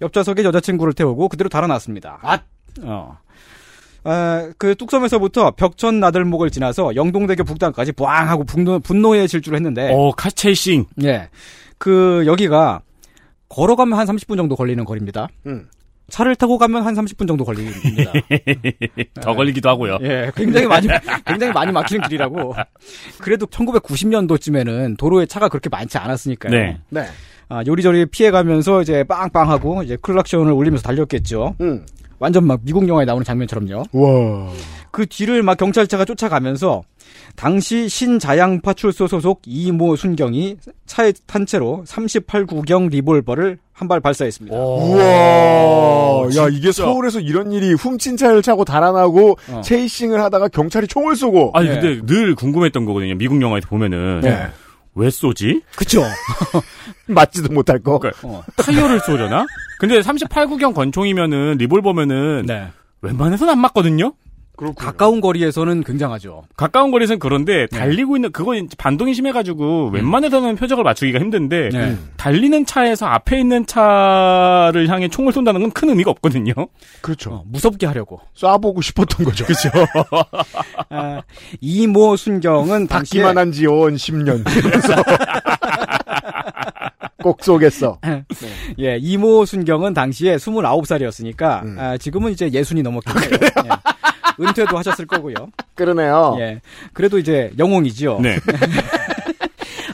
[SPEAKER 14] 옆좌석에 여자친구를 태우고 그대로 달아났습니다.
[SPEAKER 2] 아,
[SPEAKER 14] 어. 아, 그 뚝섬에서부터 벽천 나들목을 지나서 영동대교 북단까지 부앙 하고 분노, 분노의 질주를
[SPEAKER 2] 네.
[SPEAKER 14] 했는데.
[SPEAKER 10] 어, 카체이싱.
[SPEAKER 14] 예. 그 여기가 걸어가면 한 30분 정도 걸리는 거리입니다.
[SPEAKER 2] 음.
[SPEAKER 14] 차를 타고 가면 한 30분 정도 걸립니다.
[SPEAKER 10] 더 걸리기도 하고요.
[SPEAKER 14] 예, 굉장히 많이 굉장히 많이 막히는 길이라고. 그래도 1990년도쯤에는 도로에 차가 그렇게 많지 않았으니까요.
[SPEAKER 10] 네.
[SPEAKER 2] 네.
[SPEAKER 14] 아, 요리저리 피해가면서 이제 빵빵하고 이제 클락션을 울리면서 달렸겠죠.
[SPEAKER 2] 음.
[SPEAKER 14] 완전 막 미국 영화에 나오는 장면처럼요.
[SPEAKER 2] 와.
[SPEAKER 14] 그 뒤를 막 경찰차가 쫓아가면서 당시 신자양파출소 소속 이모 순경이 차에 탄 채로 38구경 리볼버를 한 발
[SPEAKER 3] 어.
[SPEAKER 14] 발사했습니다.
[SPEAKER 2] 우와. 어, 야, 이게 서울에서 이런 일이 훔친 차를 차고 달아나고 체이싱을 하다가 경찰이 총을 쏘고.
[SPEAKER 3] 네.
[SPEAKER 10] 아니 근데 늘 궁금했던 거거든요. 미국 영화에서 보면은
[SPEAKER 2] 네.
[SPEAKER 10] 왜 쏘지?
[SPEAKER 14] 그쵸.
[SPEAKER 2] 맞지도 못할 거.
[SPEAKER 10] 타이어를 쏘려나? 근데 38구경 권총이면은 리볼버면은
[SPEAKER 3] 네.
[SPEAKER 10] 웬만해선 안 맞거든요.
[SPEAKER 14] 네. 가까운 거리에서는 굉장하죠.
[SPEAKER 10] 가까운 거리에선 그런데 달리고 있는 그건 이제 반동이 심해가지고 웬만해서는 표적을 맞추기가 힘든데
[SPEAKER 14] 네.
[SPEAKER 10] 달리는 차에서 앞에 있는 차를 향해 총을 쏜다는 건 큰 의미가 없거든요.
[SPEAKER 2] 그렇죠.
[SPEAKER 14] 어, 무섭게 하려고
[SPEAKER 2] 쏴보고 싶었던 거죠.
[SPEAKER 10] 그렇죠.
[SPEAKER 14] 아, 이모
[SPEAKER 2] 아,
[SPEAKER 14] 순경은 당시에
[SPEAKER 2] 받기만 한지 온 10년. 그래서 꼭 쏘겠어.
[SPEAKER 14] 예, 이모 순경은 당시에 29살이었으니까 아, 지금은 이제 예순이 넘었겠네요. 예. 은퇴도 하셨을 거고요.
[SPEAKER 2] 그러네요.
[SPEAKER 14] 예. 그래도 이제 영웅이지요.
[SPEAKER 10] 네.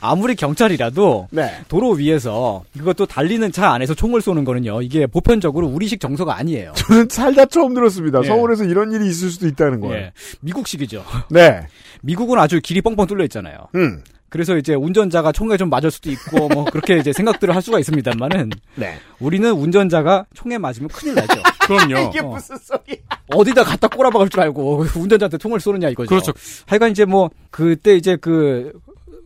[SPEAKER 14] 아무리 경찰이라도
[SPEAKER 2] 네.
[SPEAKER 14] 도로 위에서 그것도 달리는 차 안에서 총을 쏘는 거는요. 이게 보편적으로 우리식 정서가 아니에요.
[SPEAKER 2] 저는 살다 처음 들었습니다.
[SPEAKER 14] 예.
[SPEAKER 2] 서울에서 이런 일이 있을 수도 있다는 거예요.
[SPEAKER 14] 예. 미국식이죠.
[SPEAKER 2] 네.
[SPEAKER 14] 미국은 아주 길이 뻥뻥 뚫려 있잖아요.
[SPEAKER 2] 음.
[SPEAKER 14] 그래서 이제 운전자가 총에 좀 맞을 수도 있고 뭐 그렇게 이제 생각들을 할 수가 있습니다만은
[SPEAKER 2] 네.
[SPEAKER 14] 우리는 운전자가 총에 맞으면 큰일 나죠.
[SPEAKER 10] 그럼요.
[SPEAKER 17] 이게
[SPEAKER 14] 어.
[SPEAKER 17] 무슨 소리야?
[SPEAKER 14] 어디다 갖다 꼬라박을 줄 알고 운전자한테 총을 쏘느냐 이거죠.
[SPEAKER 10] 그렇죠.
[SPEAKER 14] 하여간 이제 뭐 그때 이제 그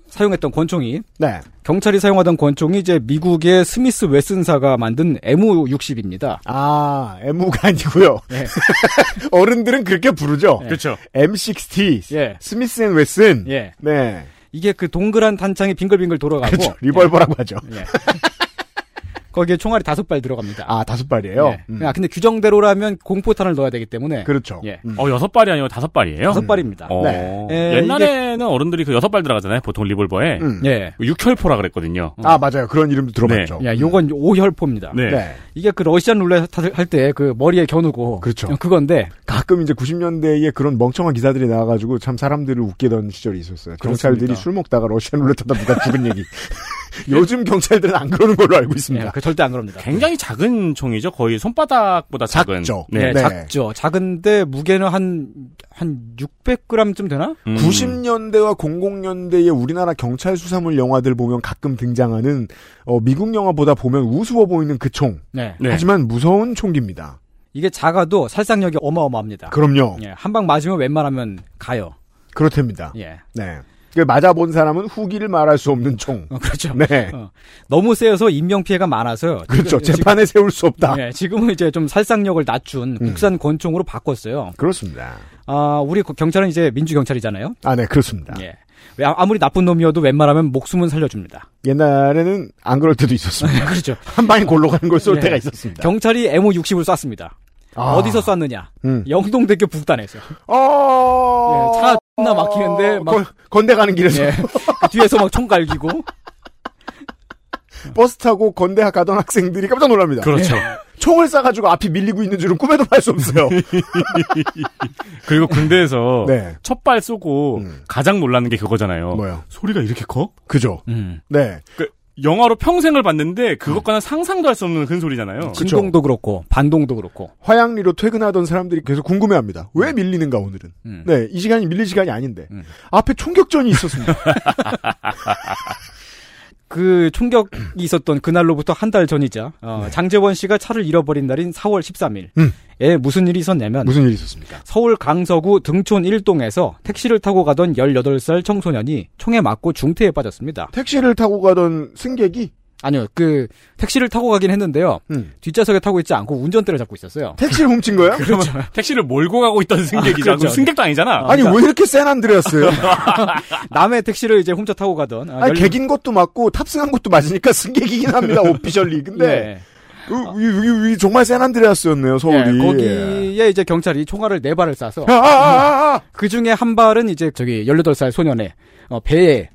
[SPEAKER 14] 사용했던 권총이
[SPEAKER 2] 네.
[SPEAKER 14] 경찰이 사용하던 권총이 이제 미국의 스미스 웨슨사가 만든 M60입니다.
[SPEAKER 2] 아, M가 아니고요.
[SPEAKER 14] 예.
[SPEAKER 2] 어른들은 그렇게 부르죠.
[SPEAKER 10] 그렇죠.
[SPEAKER 2] M60,
[SPEAKER 14] 예.
[SPEAKER 2] 스미스 앤 웨슨.
[SPEAKER 14] 예.
[SPEAKER 2] 네.
[SPEAKER 14] 이게 그 동그란 탄창이 빙글빙글 돌아가고 예.
[SPEAKER 2] 그렇죠. 리벌버라고 하죠.
[SPEAKER 14] 거기에 총알이 다섯 발 들어갑니다.
[SPEAKER 2] 아, 다섯 발이에요?
[SPEAKER 14] 예.
[SPEAKER 2] 음.
[SPEAKER 14] 아, 근데 규정대로라면 공포탄을 넣어야 되기 때문에
[SPEAKER 2] 그렇죠.
[SPEAKER 14] 예.
[SPEAKER 10] 어 여섯 발이 아니고 다섯 발이에요?
[SPEAKER 14] 다섯 발입니다.
[SPEAKER 10] 어.
[SPEAKER 14] 네. 예,
[SPEAKER 10] 옛날에는 어른들이 그 여섯 발 들어가잖아요. 보통 리볼버에
[SPEAKER 2] 음.
[SPEAKER 14] 예.
[SPEAKER 10] 육혈포라 그랬거든요.
[SPEAKER 2] 아, 맞아요. 그런 이름도 들어봤죠.
[SPEAKER 14] 어. 네.
[SPEAKER 2] 음.
[SPEAKER 14] 야, 요건 오혈포입니다.
[SPEAKER 10] 네.
[SPEAKER 2] 네.
[SPEAKER 14] 이게 그 러시안 룰렛 할 때 그 머리에 겨누고
[SPEAKER 2] 그렇죠.
[SPEAKER 14] 그건데
[SPEAKER 2] 가끔 이제 90년대에 그런 멍청한 기사들이 나와가지고 참 사람들을 웃기던 시절이 있었어요. 경찰들이
[SPEAKER 14] 그렇습니다.
[SPEAKER 2] 술 먹다가 러시안 룰렛 하다 누가 죽은 얘기. 요즘 경찰들은 안 그러는 걸로 알고 있습니다.
[SPEAKER 14] 그 절대 안 그럽니다.
[SPEAKER 10] 굉장히 작은 총이죠. 거의 손바닥보다 작은.
[SPEAKER 2] 작죠.
[SPEAKER 14] 네, 작죠. 작은데 무게는 한, 한 600g쯤 되나?
[SPEAKER 10] 음.
[SPEAKER 2] 90년대와 00년대의 우리나라 경찰 수사물 영화들 보면 가끔 등장하는 어, 미국 영화보다 보면 우스워 보이는 그 총.
[SPEAKER 14] 네.
[SPEAKER 2] 하지만 무서운 총기입니다.
[SPEAKER 14] 이게 작아도 살상력이 어마어마합니다.
[SPEAKER 2] 그럼요.
[SPEAKER 14] 예, 한 방 맞으면 웬만하면 가요.
[SPEAKER 2] 그렇답니다.
[SPEAKER 14] 예.
[SPEAKER 2] 네. 그 맞아본 사람은 후기를 말할 수 없는 총.
[SPEAKER 14] 그렇죠.
[SPEAKER 2] 네.
[SPEAKER 14] 어, 너무 세여서 인명피해가 많아서요.
[SPEAKER 2] 그렇죠.
[SPEAKER 14] 지금-
[SPEAKER 2] 재판에 세울 수 없다. 음.
[SPEAKER 14] 예, 지금은 이제 좀 살상력을 낮춘 국산 권총으로 바꿨어요.
[SPEAKER 2] 그렇습니다.
[SPEAKER 14] 아, 우리 그 경찰은 이제 민주경찰이잖아요.
[SPEAKER 2] 아, 네, 그렇습니다.
[SPEAKER 14] 예. 왜 아- 아무리 나쁜 놈이어도 웬만하면 목숨은 살려줍니다.
[SPEAKER 2] 옛날에는 안 그럴 때도 있었습니다.
[SPEAKER 14] 그렇죠.
[SPEAKER 2] 한 방에 골로 가는 걸 쏠
[SPEAKER 14] 예.
[SPEAKER 2] 때가 있었습니다.
[SPEAKER 14] 경찰이 M60을 쐈습니다.
[SPEAKER 2] 아.
[SPEAKER 14] 어디서 쐈느냐?
[SPEAKER 2] 음.
[SPEAKER 14] 영동대교 북단에서.
[SPEAKER 2] 어.
[SPEAKER 14] 예, 차 나 막히는데 막
[SPEAKER 2] 예. 건대 가는 길에서
[SPEAKER 14] 예, 그 뒤에서 막 총 갈기고
[SPEAKER 2] 버스 타고 건대 가던 학생들이 깜짝 놀랍니다.
[SPEAKER 3] 그렇죠.
[SPEAKER 2] 총을 쏴가지고 앞이 밀리고 있는 줄은 꿈에도 알 수 없어요.
[SPEAKER 3] 그리고 군대에서
[SPEAKER 2] 네.
[SPEAKER 3] 첫발 쏘고 가장 놀라는 게 그거잖아요.
[SPEAKER 2] 뭐요?
[SPEAKER 3] 소리가 이렇게 커?
[SPEAKER 2] 그죠. 네.
[SPEAKER 3] 그 영화로 평생을 봤는데 그것과는 상상도 할 수 없는 큰 소리잖아요.
[SPEAKER 14] 어, 진동도 그렇고 반동도 그렇고.
[SPEAKER 2] 화양리로 퇴근하던 사람들이 계속 궁금해합니다. 왜 밀리는가 오늘은? 네, 이 시간이 밀릴 시간이 아닌데 앞에 총격전이 있었습니다.
[SPEAKER 14] 그 총격이 있었던 그날로부터 한 달 전이자
[SPEAKER 2] 네.
[SPEAKER 14] 어, 장재원 씨가 차를 잃어버린 날인 4월 13일에 무슨 일이 있었냐면
[SPEAKER 2] 음. 무슨 일이 있었습니까?
[SPEAKER 14] 서울 강서구 등촌 1동에서 택시를 타고 가던 18살 청소년이 총에 맞고 중태에 빠졌습니다.
[SPEAKER 2] 택시를 타고 가던 승객이 음,
[SPEAKER 14] 아니요. 그 택시를 타고 가긴 했는데요. 뒷좌석에 타고 있지 않고 운전대를 잡고 있었어요.
[SPEAKER 2] 택시를 훔친 거예요?
[SPEAKER 14] 그렇죠.
[SPEAKER 3] 택시를 몰고 가고 있던 승객이죠.
[SPEAKER 14] 그렇죠.
[SPEAKER 3] 그럼 승객도 아니잖아.
[SPEAKER 2] 아니 왜 이렇게 센 안드레였어요?
[SPEAKER 14] 남의 택시를 이제 훔쳐 타고 가던 아,
[SPEAKER 2] 아니
[SPEAKER 14] 열린- 네.
[SPEAKER 2] 개긴 것도 맞고 탑승한 것도 맞으니까 승객이긴 합니다 오피셜리. 근데 이- 이- 이- 이 정말 센 안드레아스였네요 서울이.
[SPEAKER 14] 예, 거기에 이제 경찰이 총알을 네 발을 쏴서
[SPEAKER 2] 아, 아, 아,
[SPEAKER 14] 그 중에 한 발은 이제 저기 18살 소년의 어, 배에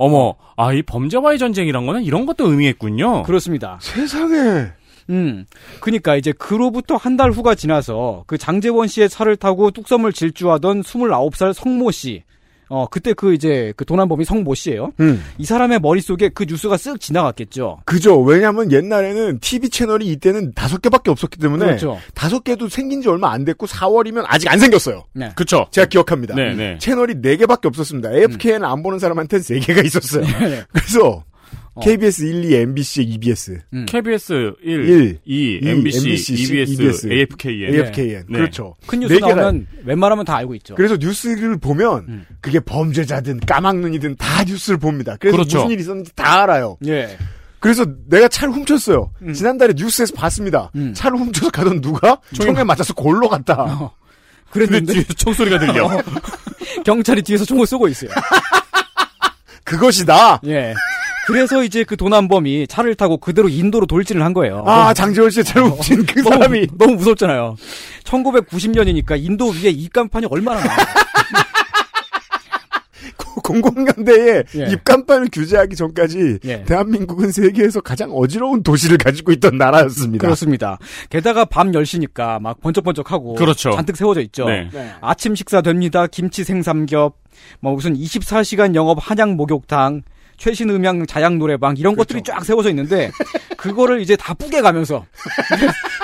[SPEAKER 3] 어머, 아 이 범죄와의 전쟁이란 거는 이런 것도
[SPEAKER 2] 어.
[SPEAKER 3] 의미했군요.
[SPEAKER 14] 그렇습니다.
[SPEAKER 2] 세상에.
[SPEAKER 14] 음. 그니까 이제 그로부터 한 달 후가 지나서 그 장재원 씨의 차를 타고 뚝섬을 질주하던 29살 성모 씨. 어, 그때 그 이제 그 도난범이 성모 씨예요.
[SPEAKER 2] 음.
[SPEAKER 14] 이 사람의 머릿속에 그 뉴스가 쓱 지나갔겠죠.
[SPEAKER 2] 그죠. 왜냐하면 옛날에는 TV 채널이 이때는 다섯 개밖에 없었기 때문에
[SPEAKER 14] 그렇죠.
[SPEAKER 2] 다섯 개도 생긴 지 얼마 안 됐고 4월이면 아직 안 생겼어요.
[SPEAKER 14] 네.
[SPEAKER 3] 그쵸.
[SPEAKER 2] 제가 기억합니다.
[SPEAKER 3] 네, 네.
[SPEAKER 2] 채널이 네 개밖에 없었습니다. AFK는 안 보는 사람한테는 세 개가 있었어요.
[SPEAKER 14] 네,
[SPEAKER 2] 그래서
[SPEAKER 14] 어.
[SPEAKER 2] KBS 1, 2, MBC, EBS.
[SPEAKER 3] KBS 1,
[SPEAKER 2] 일,
[SPEAKER 3] 2,
[SPEAKER 2] 이,
[SPEAKER 3] MBC,
[SPEAKER 2] MBC,
[SPEAKER 3] EBS,
[SPEAKER 2] EBS,
[SPEAKER 3] AFKN.
[SPEAKER 2] AFKN. 그렇죠.
[SPEAKER 14] 예. 큰 뉴스
[SPEAKER 2] 네 개가-
[SPEAKER 14] 나오면 웬만하면 다 알고 있죠. 음.
[SPEAKER 2] 그래서 뉴스를 보면 그게 범죄자든 까막눈이든 다 뉴스를 봅니다. 그래서
[SPEAKER 14] 그렇죠.
[SPEAKER 2] 무슨 일이 있었는지 다 알아요.
[SPEAKER 14] 예.
[SPEAKER 2] 그래서 내가 차를 훔쳤어요.
[SPEAKER 14] 음.
[SPEAKER 2] 지난달에 뉴스에서 봤습니다. 차를 훔쳐서 가던 누가 총에 맞아서 골로 갔다.
[SPEAKER 14] 어. 그랬는데
[SPEAKER 3] 뒤에서 총소리가 들려.
[SPEAKER 14] 경찰이 뒤에서 총을 쏘고 있어요.
[SPEAKER 2] 그것이다.
[SPEAKER 14] 예. 그래서 이제 그 도난범이 차를 타고 그대로 인도로 돌진을 한 거예요.
[SPEAKER 2] 아, 장재원 씨의 차를
[SPEAKER 14] 어.
[SPEAKER 2] 훔친 그
[SPEAKER 14] 너무-
[SPEAKER 2] 사람이.
[SPEAKER 14] 너무 무섭잖아요. 1990년이니까 인도 위에 입간판이 얼마나 많아요.
[SPEAKER 2] 공공연대에
[SPEAKER 14] 예.
[SPEAKER 2] 입간판을 규제하기 전까지
[SPEAKER 14] 예.
[SPEAKER 2] 대한민국은 세계에서 가장 어지러운 도시를 가지고 있던 나라였습니다.
[SPEAKER 14] 그렇습니다. 게다가 밤 10시니까 막 번쩍번쩍하고
[SPEAKER 2] 그렇죠.
[SPEAKER 14] 잔뜩 세워져 있죠.
[SPEAKER 2] 네.
[SPEAKER 14] 아침 식사 됩니다. 김치 생삼겹, 뭐 무슨 24시간 영업 한양 목욕탕, 최신 음향 자양 노래방 이런
[SPEAKER 2] 그렇죠.
[SPEAKER 14] 것들이 쫙 세워져 있는데 그거를 이제 다 뿌게 가면서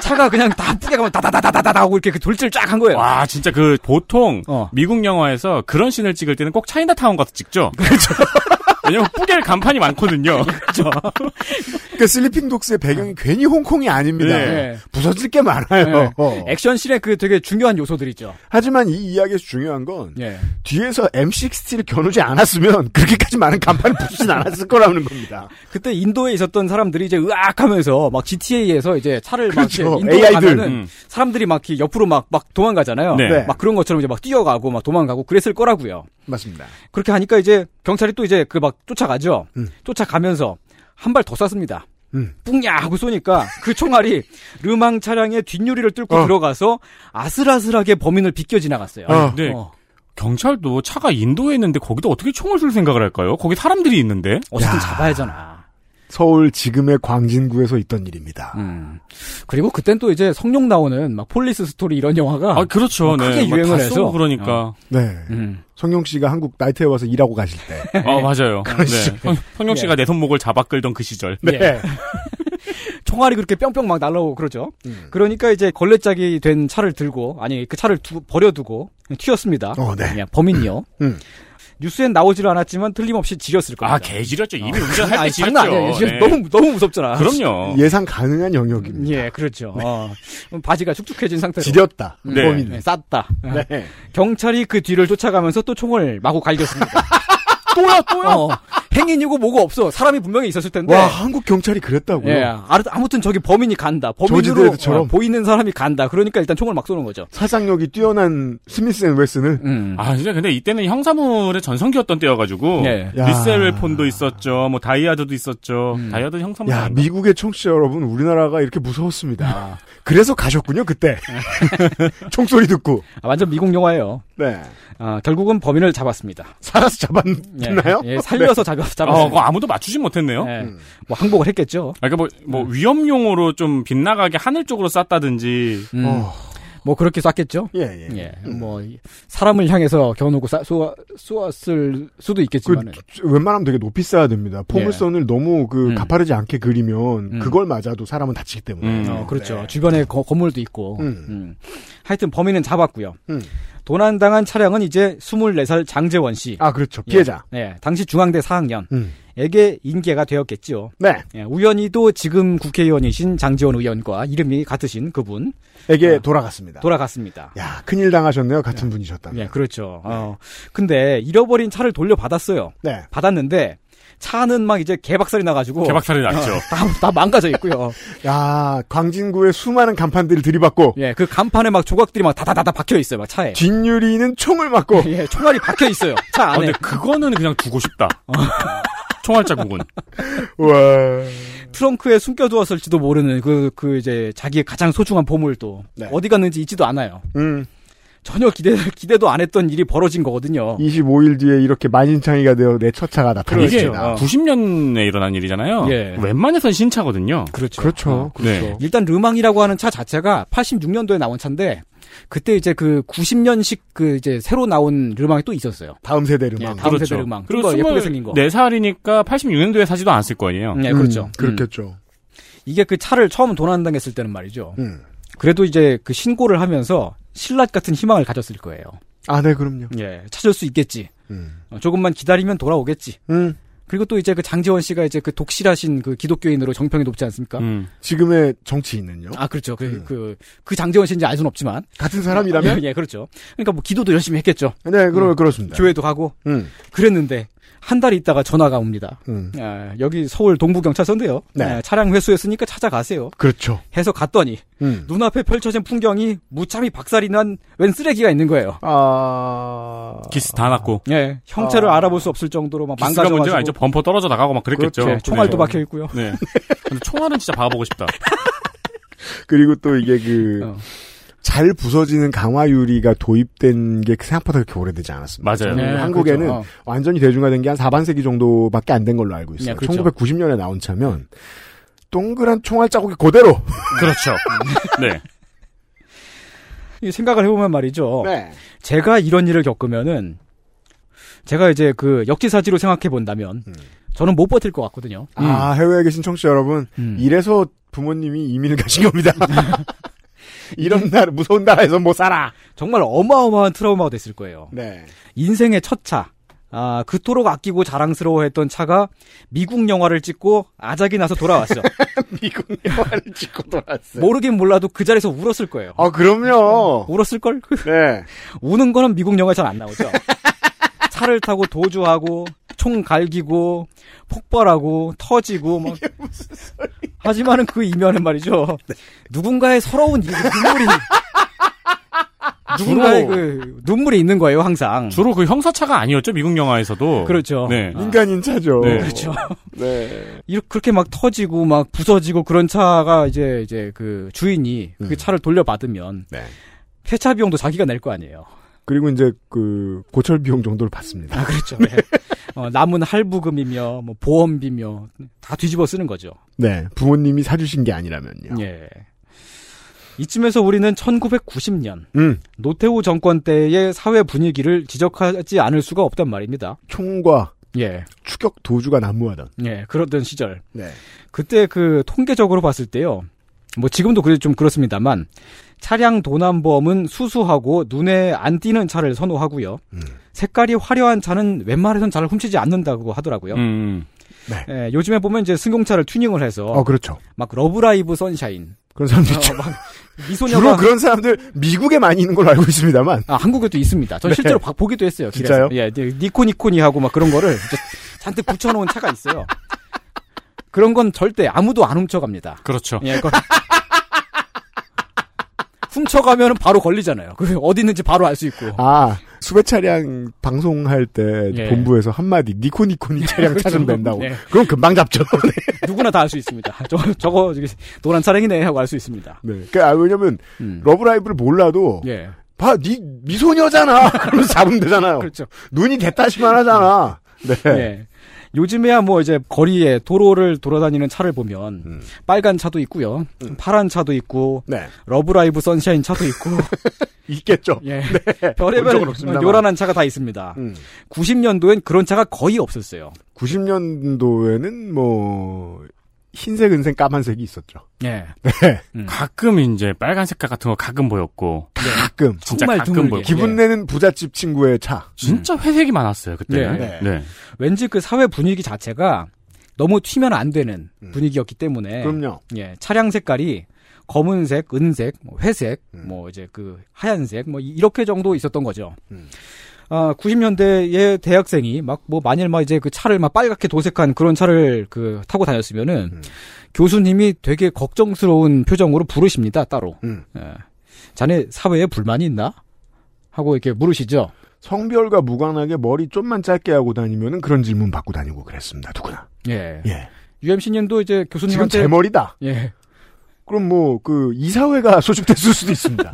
[SPEAKER 14] 차가 그냥 다 뿌게 가면 다다다다다다 하고 이렇게 그 돌질 쫙 한 거예요.
[SPEAKER 3] 와, 진짜 그 보통
[SPEAKER 14] 어.
[SPEAKER 3] 미국 영화에서 그런 씬을 찍을 때는 꼭 차이나타운 가서 찍죠. 그렇죠. 왜냐면 뿌겔 간판이 많거든요. 그렇죠.
[SPEAKER 2] 그러니까 슬리핑 독스의
[SPEAKER 14] 아.
[SPEAKER 2] 배경이 괜히 홍콩이 아닙니다.
[SPEAKER 14] 네.
[SPEAKER 2] 부서질 게 많아요. 어.
[SPEAKER 14] 액션씬의 그 되게 중요한 요소들이죠.
[SPEAKER 2] 하지만 이 이야기에서 중요한 건
[SPEAKER 14] 예.
[SPEAKER 2] 뒤에서 M60를 겨누지 않았으면 그렇게까지 많은 간판을 부수진 않았을 거라는 겁니다.
[SPEAKER 14] 그때 인도에 있었던 사람들이 이제 으악 하면서 막 GTA에서 이제 차를
[SPEAKER 2] 그렇죠.
[SPEAKER 14] 막 이제 인도에
[SPEAKER 2] AI 들.
[SPEAKER 14] 가면은
[SPEAKER 2] 음.
[SPEAKER 14] 사람들이 막 이렇게 옆으로 막 막 도망가잖아요.
[SPEAKER 2] 네. 네.
[SPEAKER 14] 막 그런 것처럼 이제 막 뛰어가고 막 도망가고 그랬을 거라고요.
[SPEAKER 2] 맞습니다.
[SPEAKER 14] 그렇게 하니까 이제 경찰이 또 이제 그 막 쫓아가죠.
[SPEAKER 2] 음.
[SPEAKER 14] 쫓아가면서 한 발 더 쐈습니다.
[SPEAKER 2] 음.
[SPEAKER 14] 뿡야 하고 쏘니까 그 총알이 르망 차량의 뒷유리를 뚫고 들어가서 아슬아슬하게 범인을 비껴 지나갔어요.
[SPEAKER 3] 근데
[SPEAKER 14] 어.
[SPEAKER 3] 경찰도 차가 인도에 있는데 거기다 어떻게 총을 쏠 생각을 할까요? 거기 사람들이 있는데.
[SPEAKER 14] 어쨌든 잡아야잖아.
[SPEAKER 2] 서울 지금의 광진구에서 있던 일입니다.
[SPEAKER 14] 음. 그리고 그땐 또 이제 성룡 나오는 막 폴리스 스토리 이런 영화가
[SPEAKER 3] 아, 그렇죠.
[SPEAKER 14] 어, 크게
[SPEAKER 3] 네. 막
[SPEAKER 14] 유행을
[SPEAKER 3] 다 쓰고
[SPEAKER 14] 해서
[SPEAKER 3] 그러니까.
[SPEAKER 14] 어.
[SPEAKER 2] 네. 성룡 씨가 한국 나이트에 와서 일하고 가실 때.
[SPEAKER 3] 아, 맞아요.
[SPEAKER 2] 그런
[SPEAKER 3] 네.
[SPEAKER 2] 시절.
[SPEAKER 3] 성- 성룡 씨가 내 손목을 잡아 끌던 그 시절.
[SPEAKER 14] 네. 총알이 그렇게 뿅뿅 막 날라오고 그러죠. 그러니까 이제 걸레짝이 된 차를 들고 아니 그 차를 두- 버려두고 튀었습니다. 그냥 범인이요. 뉴스엔 나오지를 않았지만 틀림없이 지렸을 겁니다.
[SPEAKER 3] 아, 개 지렸죠. 이미 운전할
[SPEAKER 14] 어. 아니,
[SPEAKER 3] 때
[SPEAKER 14] 장난 아니에요.
[SPEAKER 3] 지렸죠. 네.
[SPEAKER 14] 지렸- 너무 너무 무섭잖아.
[SPEAKER 3] 그럼요.
[SPEAKER 2] 예상 가능한 영역입니다.
[SPEAKER 14] 예, 그렇죠. 어, 바지가 축축해진 상태로
[SPEAKER 2] 지렸다.
[SPEAKER 14] 음,
[SPEAKER 2] 네. 범인.
[SPEAKER 14] 네, 쌌다.
[SPEAKER 2] 네.
[SPEAKER 14] 경찰이 그 뒤를 쫓아가면서 또 총을 마구 갈겼습니다. 또요, 또요. 행인이고 뭐고 없어. 사람이 분명히 있었을 텐데.
[SPEAKER 2] 와 한국 경찰이 그랬다고요?
[SPEAKER 14] 예, 아- 아무튼 저기 범인이 간다.
[SPEAKER 2] 조지
[SPEAKER 14] 범인으로
[SPEAKER 2] 드레드처럼.
[SPEAKER 14] 어, 보이는 사람이 간다. 그러니까 일단 총을 막 쏘는 거죠. 음.
[SPEAKER 2] 사상력이 뛰어난 스미스 앤 웨슨을
[SPEAKER 3] 아, 진짜 근데 이때는 형사물의 전성기였던 때여가지고
[SPEAKER 2] 네. 야.
[SPEAKER 3] 리셀 웨폰도 있었죠. 뭐 다이아드도 있었죠.
[SPEAKER 14] 음.
[SPEAKER 3] 다이아드 는 형사물.
[SPEAKER 2] 야, 미국의 청취자 여러분, 우리나라가 이렇게 아. 무서웠습니다. 그래서 가셨군요, 그때. 총소리 듣고.
[SPEAKER 14] 아, 완전 미국 영화예요.
[SPEAKER 2] 네.
[SPEAKER 14] 아, 결국은 범인을 잡았습니다.
[SPEAKER 2] 살아서 잡았나요? 네.
[SPEAKER 14] 예, 살려서
[SPEAKER 10] 어,
[SPEAKER 14] 잡았,
[SPEAKER 10] 그거
[SPEAKER 14] 잡았어요.
[SPEAKER 10] 아무도 맞추진 못했네요.
[SPEAKER 2] 음.
[SPEAKER 14] 뭐 항복을 했겠죠.
[SPEAKER 10] 그러니까 뭐, 뭐
[SPEAKER 2] 네.
[SPEAKER 10] 위험 용어로 좀 빗나가게 하늘 쪽으로 쐈다든지.
[SPEAKER 14] 음,
[SPEAKER 2] 어.
[SPEAKER 14] 뭐 그렇게 쐈겠죠.
[SPEAKER 2] 예, 예.
[SPEAKER 14] 뭐 사람을 향해서 겨누고 쏴, 쏘, 쏘았을 수도 있겠지만
[SPEAKER 2] 그 그렇죠. 웬만하면 되게 높이 써야 됩니다. 포물선을 너무 그
[SPEAKER 14] 음.
[SPEAKER 2] 가파르지 않게 그리면 그걸 맞아도 사람은 다치기
[SPEAKER 10] 음.
[SPEAKER 2] 때문에.
[SPEAKER 14] 어, 그렇죠.
[SPEAKER 2] 네.
[SPEAKER 14] 주변에 거- 건물도 있고. 음. 하여튼 범인은 잡았고요.
[SPEAKER 2] 음.
[SPEAKER 14] 도난당한 차량은 이제 24살 장재원 씨.
[SPEAKER 2] 아, 그렇죠.
[SPEAKER 14] 예.
[SPEAKER 2] 피해자.
[SPEAKER 14] 예, 당시 중앙대 4학년.
[SPEAKER 2] 음.
[SPEAKER 14] 에게 인계가 되었겠죠.
[SPEAKER 2] 네.
[SPEAKER 14] 예, 우연히도 지금 국회의원이신 장재원 의원과 이름이 같으신 그분
[SPEAKER 2] 에게 돌아갔습니다.
[SPEAKER 14] 예. 돌아갔습니다.
[SPEAKER 2] 야, 큰일 당하셨네요. 같은 분이셨다.
[SPEAKER 14] 예, 그렇죠. 어, 근데 잃어버린 차를 돌려받았어요.
[SPEAKER 2] 네.
[SPEAKER 14] 받았는데 차는 막 이제 개박살이 나가지고
[SPEAKER 2] 개박살이 났죠.
[SPEAKER 14] 어, 다, 다 망가져 있고요.
[SPEAKER 2] 야, 광진구의 수많은 간판들을 들이받고.
[SPEAKER 14] 예, 그 간판에 막 조각들이 막 다다다다 박혀 있어요, 막 차에.
[SPEAKER 2] 뒷유리는 총을 맞고.
[SPEAKER 14] 예, 총알이 박혀 있어요. 차 안에.
[SPEAKER 10] 아, 근데 그거는 그냥 두고 싶다.
[SPEAKER 2] 어.
[SPEAKER 10] 총알 자국은.
[SPEAKER 14] 트렁크에 숨겨두었을지도 모르는 그, 그 이제 자기의 가장 소중한 보물도
[SPEAKER 2] 네.
[SPEAKER 14] 어디 갔는지 잊지도 않아요.
[SPEAKER 2] 음.
[SPEAKER 14] 전혀 기대, 기대도 안 했던 일이 벌어진 거거든요.
[SPEAKER 2] 25일 뒤에 이렇게 만신창이가 되어 내 첫차가
[SPEAKER 10] 이게
[SPEAKER 14] 그렇죠.
[SPEAKER 2] 나타났습니다.
[SPEAKER 14] 어.
[SPEAKER 10] 90년에 일어난 일이잖아요.
[SPEAKER 14] 예.
[SPEAKER 10] 웬만해선 신차거든요.
[SPEAKER 14] 그렇죠.
[SPEAKER 2] 그렇죠.
[SPEAKER 10] 그렇죠.
[SPEAKER 14] 일단 르망이라고 하는 차 자체가 86년도에 나온 차인데 그때 이제 그 90년식 그 이제 새로 나온 르망이 또 있었어요.
[SPEAKER 2] 다음 세대 르망.
[SPEAKER 14] 예, 다음 세대 르망.
[SPEAKER 10] 그렇죠.
[SPEAKER 14] 좀더 예쁘게 생긴 거.
[SPEAKER 10] 4살이니까 86년도에 사지도 않았을 거 아니에요.
[SPEAKER 14] 네, 그렇죠. 음,
[SPEAKER 2] 그렇겠죠.
[SPEAKER 14] 이게 그 차를 처음 도난당했을 때는 말이죠.
[SPEAKER 2] 음.
[SPEAKER 14] 그래도 이제 그 신고를 하면서 신라 같은 희망을 가졌을 거예요.
[SPEAKER 2] 아, 네, 그럼요.
[SPEAKER 14] 예, 찾을 수 있겠지. 어, 조금만 기다리면 돌아오겠지.
[SPEAKER 2] 음.
[SPEAKER 14] 그리고 또 이제 그 장재원 씨가 이제 그 독실하신 그 기독교인으로 정평이 높지 않습니까?
[SPEAKER 10] 음.
[SPEAKER 2] 지금의 정치인은요?
[SPEAKER 14] 아, 그렇죠. 그, 그, 그 장재원 씨인지 알 수는 없지만.
[SPEAKER 2] 같은 사람이라면?
[SPEAKER 14] 예, 예, 그렇죠. 그러니까 뭐 기도도 열심히 했겠죠.
[SPEAKER 2] 네, 그러- 그렇습니다.
[SPEAKER 14] 교회도 가고.
[SPEAKER 2] 음.
[SPEAKER 14] 그랬는데, 한 달 있다가 전화가 옵니다.
[SPEAKER 2] 음.
[SPEAKER 14] 아, 여기 서울 동부경찰서인데요.
[SPEAKER 2] 네.
[SPEAKER 14] 아, 차량 회수했으니까 찾아가세요.
[SPEAKER 2] 그렇죠.
[SPEAKER 14] 해서 갔더니,
[SPEAKER 2] 음.
[SPEAKER 14] 눈앞에 펼쳐진 풍경이 무참히 박살이 난 웬 쓰레기가 있는 거예요.
[SPEAKER 2] 아.
[SPEAKER 10] 기스 다 났고.
[SPEAKER 14] 예, 형체를 알아볼 수 없을 정도로 막
[SPEAKER 10] 기스가
[SPEAKER 14] 망가져가지고.
[SPEAKER 10] 문제가 아니죠. 범퍼 떨어져 나가고 막 그랬겠죠.
[SPEAKER 3] 네.
[SPEAKER 14] 그렇죠. 총알도 박혀 있고요.
[SPEAKER 10] 네. 근데 총알은 진짜 박아보고 싶다.
[SPEAKER 2] 그리고 또 이게 그,
[SPEAKER 14] 어.
[SPEAKER 2] 잘 부서지는 강화유리가 도입된 게 생각보다 그렇게 오래되지 않았습니다.
[SPEAKER 10] 맞아요.
[SPEAKER 2] 저는
[SPEAKER 10] 네,
[SPEAKER 2] 한국에는
[SPEAKER 10] 그렇죠. 어.
[SPEAKER 2] 완전히 대중화된 게 한 4반세기 정도밖에 안 된 걸로 알고
[SPEAKER 10] 네,
[SPEAKER 2] 있어요.
[SPEAKER 10] 그렇죠.
[SPEAKER 2] 1990년에 나온 차면, 동그란 총알 자국이 그대로!
[SPEAKER 10] 그렇죠. 네.
[SPEAKER 14] 이 생각을 해보면 말이죠.
[SPEAKER 2] 네.
[SPEAKER 14] 제가 이런 일을 겪으면은 제가 이제 그 역지사지로 생각해 본다면 저는 못 버틸 것 같거든요.
[SPEAKER 2] 음.
[SPEAKER 14] 음.
[SPEAKER 2] 아, 해외에 계신 청취자 여러분, 이래서 부모님이 이민을 가신 겁니다. 이런 나라, 무서운 나라에서 못 살아!
[SPEAKER 14] 정말 어마어마한 트라우마가 됐을 거예요.
[SPEAKER 2] 네.
[SPEAKER 14] 인생의 첫 차. 아, 그토록 아끼고 자랑스러워했던 차가 미국 영화를 찍고 아작이 나서 돌아왔어.
[SPEAKER 2] 미국 영화를 찍고 돌아왔어요.
[SPEAKER 14] 모르긴 몰라도 그 자리에서 울었을 거예요.
[SPEAKER 2] 네. 아, 그럼요.
[SPEAKER 14] 울었을걸?
[SPEAKER 2] 네.
[SPEAKER 14] 우는 거는 미국 영화에 잘 안 나오죠. 차를 타고 도주하고, 총 갈기고, 폭발하고, 터지고, 막. 하지만은 그 이면은 말이죠. 누군가의 서러운 이- 눈물이. 누군가의 그 눈물이 있는 거예요, 항상.
[SPEAKER 10] 주로 그 형사차가 아니었죠. 미국 영화에서도.
[SPEAKER 14] 그렇죠.
[SPEAKER 10] 네.
[SPEAKER 2] 인간인 차죠.
[SPEAKER 10] 네.
[SPEAKER 14] 그렇죠.
[SPEAKER 2] 네.
[SPEAKER 14] 이렇게 그렇게 막 터지고 막 부서지고 그런 차가 이제 이제 그 주인이 그 차를 돌려받으면 폐차 비용도 자기가 낼 거 아니에요.
[SPEAKER 2] 그리고 이제 그 고철 비용 정도를 받습니다.
[SPEAKER 14] 아 그렇죠. 네. 어, 남은 할부금이며 뭐 보험비며 다 뒤집어 쓰는 거죠.
[SPEAKER 2] 네, 부모님이 사주신 게 아니라면요.
[SPEAKER 14] 예. 이쯤에서 우리는 1990년
[SPEAKER 2] 음,
[SPEAKER 14] 노태우 정권 때의 사회 분위기를 지적하지 않을 수가 없단 말입니다.
[SPEAKER 2] 총과
[SPEAKER 14] 예,
[SPEAKER 2] 추격 도주가 난무하던.
[SPEAKER 14] 예, 그러던 시절.
[SPEAKER 2] 네.
[SPEAKER 14] 그때 그 통계적으로 봤을 때요. 뭐 지금도 그래 좀 그렇습니다만 차량 도난범은 수수하고 눈에 안 띄는 차를 선호하고요.
[SPEAKER 2] 음.
[SPEAKER 14] 색깔이 화려한 차는 웬만해선 잘 훔치지 않는다고
[SPEAKER 3] 음,
[SPEAKER 14] 하더라고요. 예, 요즘에 보면 이제 승용차를 튜닝을 해서
[SPEAKER 2] 어, 그렇죠.
[SPEAKER 14] 막 러브라이브 선샤인 어,
[SPEAKER 2] 그런 사람들 있죠.
[SPEAKER 14] 미소녀가
[SPEAKER 2] 주로 그런 사람들 미국에 많이 있는 걸로 알고 있습니다만.
[SPEAKER 14] 아, 한국에도 있습니다. 전
[SPEAKER 2] 네.
[SPEAKER 14] 실제로 봐- 보기도 했어요.
[SPEAKER 2] 진짜요?
[SPEAKER 14] 길에서. 예, 이제 니코니코니 하고 막 그런 거를 이제 잔뜩 붙여놓은 차가 있어요. 그런 건 절대 아무도 안 훔쳐갑니다.
[SPEAKER 10] 그렇죠.
[SPEAKER 14] 예, 그 훔쳐가면 바로 걸리잖아요. 그 어디 있는지 바로 알 수 있고.
[SPEAKER 2] 아, 수배 차량 방송할 때
[SPEAKER 14] 예.
[SPEAKER 2] 본부에서 한마디 니코니코니 차량 찾으면 된다고.
[SPEAKER 14] 예.
[SPEAKER 2] 그럼 금방 잡죠.
[SPEAKER 14] 누구나 다 알 수 있습니다. 아, 저거 저거 저기 노란 차량이네 하고 알 수 있습니다. 음.
[SPEAKER 2] 네. 그, 아, 왜냐면, 러브라이브를 그러니까 몰라도,
[SPEAKER 14] 예.
[SPEAKER 2] 봐, 니 미소녀잖아. 그러면서 잡으면 되잖아요.
[SPEAKER 14] 그렇죠.
[SPEAKER 2] 눈이 됐다시만 하잖아. 네.
[SPEAKER 14] 예. 요즘에야 뭐 이제 거리에 도로를 돌아다니는 차를 보면
[SPEAKER 2] 음.
[SPEAKER 14] 빨간 차도 있고요, 파란 차도 있고, 러브라이브 선샤인 차도 있고
[SPEAKER 2] 네. 있겠죠.
[SPEAKER 14] 예.
[SPEAKER 2] 네. 본 적은
[SPEAKER 14] 별의별
[SPEAKER 2] 없습니다만. 음.
[SPEAKER 14] 요란한 차가 다 있습니다. 90년도엔 그런 차가 거의 없었어요.
[SPEAKER 2] 90년도에는 뭐 흰색, 은색, 까만색이 있었죠.
[SPEAKER 14] 예.
[SPEAKER 2] 네.
[SPEAKER 3] 가끔 이제 빨간색 가 같은 거 가끔 보였고.
[SPEAKER 14] 예.
[SPEAKER 2] 가끔.
[SPEAKER 3] 진짜
[SPEAKER 2] 정말
[SPEAKER 3] 가끔
[SPEAKER 2] 드물게.
[SPEAKER 3] 보였고.
[SPEAKER 2] 기분 내는 부잣집 친구의 차.
[SPEAKER 3] 진짜 회색이 많았어요 그때는.
[SPEAKER 14] 음. 네.
[SPEAKER 3] 네.
[SPEAKER 14] 왠지 그 사회 분위기 자체가 너무 튀면 안 되는 분위기였기 때문에
[SPEAKER 2] 음. 그럼요.
[SPEAKER 14] 예, 차량 색깔이 검은색, 은색, 뭐 회색,
[SPEAKER 2] 음.
[SPEAKER 14] 뭐 이제 그 하얀색 뭐 이- 이렇게 정도 있었던 거죠.
[SPEAKER 2] 음.
[SPEAKER 14] 아, 90년대의 대학생이 막 뭐 만일 막 이제 그 차를 막 빨갛게 도색한 그런 차를 그 타고 다녔으면은
[SPEAKER 2] 음.
[SPEAKER 14] 교수님이 되게 걱정스러운 표정으로 부르십니다 따로.
[SPEAKER 2] 음.
[SPEAKER 14] 예. 자네 사회에 불만이 있나? 하고 이렇게 물으시죠.
[SPEAKER 2] 성별과 무관하게 머리 좀만 짧게 하고 다니면은 그런 질문 받고 다니고 그랬습니다. 누구나.
[SPEAKER 14] 예.
[SPEAKER 2] 예.
[SPEAKER 14] UMC님도 이제
[SPEAKER 2] 지금
[SPEAKER 14] 교수님한테
[SPEAKER 2] 제 머리다.
[SPEAKER 14] 예.
[SPEAKER 2] 그럼 뭐 그 이사회가 소집됐을 수도 있습니다.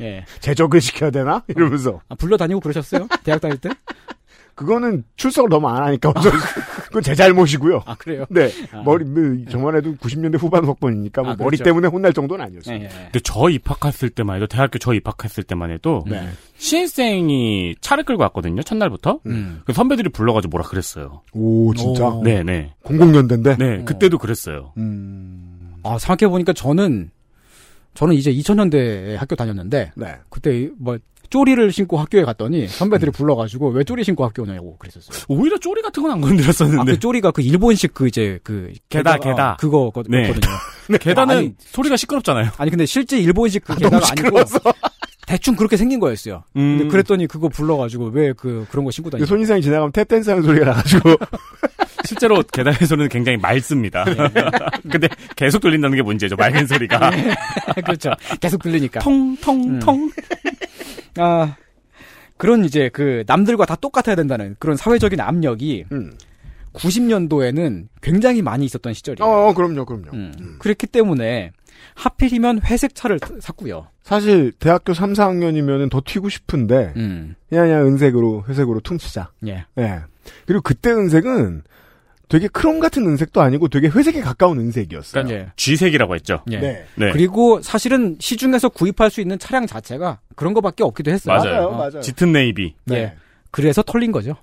[SPEAKER 14] 예.
[SPEAKER 2] 제적을 시켜야 되나 이러면서.
[SPEAKER 14] 아, 불러다니고 그러셨어요? 대학 다닐 때?
[SPEAKER 2] 그거는 출석을 너무 안 하니까 어쩔 수- 그건 제 잘못이고요. 아
[SPEAKER 14] 그래요?
[SPEAKER 2] 네 머리 뭐, 저만 해도 90년대 후반 먹보니까 뭐
[SPEAKER 3] 아,
[SPEAKER 2] 머리
[SPEAKER 3] 그렇죠. 네.
[SPEAKER 2] 때문에 혼날 정도는
[SPEAKER 3] 예,
[SPEAKER 2] 아니었어요.
[SPEAKER 3] 근데 저 입학했을 때만 해도 대학교 저 입학했을 때만 해도
[SPEAKER 2] 네.
[SPEAKER 3] 신입생이 차를 끌고 왔거든요 첫날부터.
[SPEAKER 14] 음.
[SPEAKER 3] 그 선배들이 불러가지고 뭐라 그랬어요.
[SPEAKER 2] 오 진짜.
[SPEAKER 3] 네네.
[SPEAKER 2] 공공연대인데. 음.
[SPEAKER 3] 네 그때도 그랬어요. 음.
[SPEAKER 14] 아, 생각해보니까 저는, 저는 이제 2000년대에 학교 다녔는데,
[SPEAKER 2] 네.
[SPEAKER 14] 그때 뭐, 쪼리를 신고 학교에 갔더니,
[SPEAKER 3] 음.
[SPEAKER 14] 선배들이 불러가지고, 왜 쪼리 신고 학교 오냐고 그랬었어요.
[SPEAKER 3] 오히려 쪼리 같은 건 안 건드렸었는데.
[SPEAKER 14] 아, 그 쪼리가 그 일본식 그 이제 그.
[SPEAKER 3] 네. 게다, 게다.
[SPEAKER 14] 그거, 거,
[SPEAKER 3] 네.
[SPEAKER 14] 거든요
[SPEAKER 3] 계단은 소리가 시끄럽잖아요.
[SPEAKER 14] 아니, 근데 실제 일본식 그 게다가 아니고. 대충 그렇게 생긴 거였어요.
[SPEAKER 3] 음.
[SPEAKER 14] 근데 그랬더니 그거 불러가지고, 왜 그, 그런 거 신고 다니냐.
[SPEAKER 2] 손인상이 지나가면 탭댄스 하는 소리가 나가지고.
[SPEAKER 3] 실제로 계단에서는 굉장히 맑습니다. 근데 계속 돌린다는 게 문제죠. 맑은 소리가.
[SPEAKER 14] 그렇죠. 계속 들리니까.
[SPEAKER 3] 통,
[SPEAKER 14] 음.
[SPEAKER 3] 통, 통.
[SPEAKER 14] 아, 그런 이제 그 남들과 다 똑같아야 된다는 그런 사회적인 압력이
[SPEAKER 3] 음.
[SPEAKER 2] 음.
[SPEAKER 14] 90년도에는 굉장히 많이 있었던 시절이에요. 음.
[SPEAKER 2] 어, 어, 그럼요, 그럼요.
[SPEAKER 3] 음.
[SPEAKER 14] 그렇기 때문에 하필이면 회색 차를 타- 샀고요.
[SPEAKER 2] 사실 대학교 3, 4학년이면 더 튀고 싶은데
[SPEAKER 3] 음.
[SPEAKER 2] 그냥 그냥 은색으로 회색으로 퉁치자.
[SPEAKER 14] 음. 예.
[SPEAKER 2] 예. 그리고 그때 은색은 되게 크롬 같은 은색도 아니고 되게 회색에 가까운 은색이었어요.
[SPEAKER 3] 그러니까 G색이라고 했죠.
[SPEAKER 14] 예.
[SPEAKER 2] 네.
[SPEAKER 14] 그리고 사실은 시중에서 구입할 수 있는 차량 자체가 그런 거밖에 없기도 했어요.
[SPEAKER 3] 맞아요.
[SPEAKER 14] 어.
[SPEAKER 3] 짙은 네이비.
[SPEAKER 14] 예. 그래서 털린 거죠.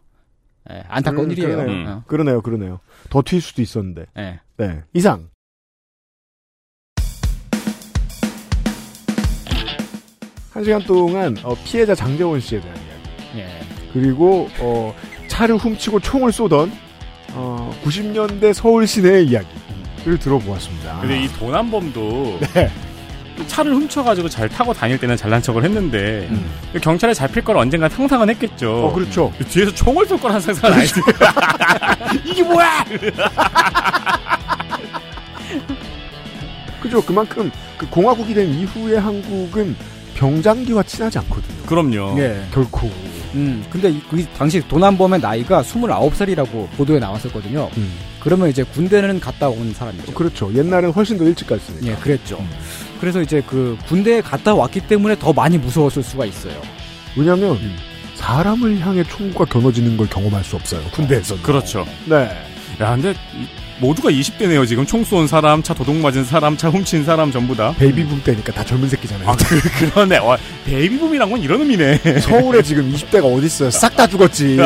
[SPEAKER 14] 예, 안타까운
[SPEAKER 2] 음,
[SPEAKER 14] 일이에요.
[SPEAKER 2] 그러네요.
[SPEAKER 14] 어.
[SPEAKER 2] 그러네요, 그러네요. 더 튈 수도 있었는데.
[SPEAKER 14] 네.
[SPEAKER 2] 이상. 한 시간 동안 어, 피해자 장재원 씨에 대한 이야기.
[SPEAKER 14] 예.
[SPEAKER 2] 그리고 어, 차를 훔치고 총을 쏘던 어, 90년대 서울 시내의 이야기를 들어보았습니다.
[SPEAKER 3] 근데 이 도난범도 차를 훔쳐가지고 잘 타고 다닐 때는 잘난 척을 했는데 경찰에 잡힐 걸 언젠가 상상은 했겠죠.
[SPEAKER 2] 어, 그렇죠.
[SPEAKER 3] 음. 뒤에서 총을 쏠 거란 상상은 안 했을 거야.
[SPEAKER 2] 이게 뭐야? 그죠. 그만큼 그 공화국이 된 이후의 한국은 병장기와 친하지 않거든요.
[SPEAKER 3] 그럼요.
[SPEAKER 2] 어.
[SPEAKER 14] 예.
[SPEAKER 2] 결코.
[SPEAKER 14] 음, 근데 이- 그 당시 도난범의 나이가 29살이라고 보도에 나왔었거든요. 그러면 이제 군대는 갔다 온
[SPEAKER 2] 음,
[SPEAKER 14] 사람이죠.
[SPEAKER 2] 그렇죠. 옛날엔 훨씬 더 일찍 갔으니까.
[SPEAKER 14] 예, 그랬죠. 그래서 이제 그 군대에 갔다 왔기 때문에 더 많이 무서웠을 수가 있어요.
[SPEAKER 2] 왜냐면 하
[SPEAKER 3] 음.
[SPEAKER 2] 사람을 향해 총과 겨눠지는 걸 경험할 수 없어요. 군대에서.
[SPEAKER 3] 그렇죠.
[SPEAKER 2] 네.
[SPEAKER 3] 야, 근데 이- 모두가 20대네요, 지금. 총 쏜 사람, 차 도둑 맞은 사람, 차 훔친 사람 전부 다.
[SPEAKER 2] 베이비붐 때니까 다 젊은 새끼잖아요.
[SPEAKER 3] 아, 그렇죠. 그, 그러네. 와, 베이비붐이란 건 이런 의미네.
[SPEAKER 2] 서울에 지금 20대가 어딨어요. 싹 다 죽었지.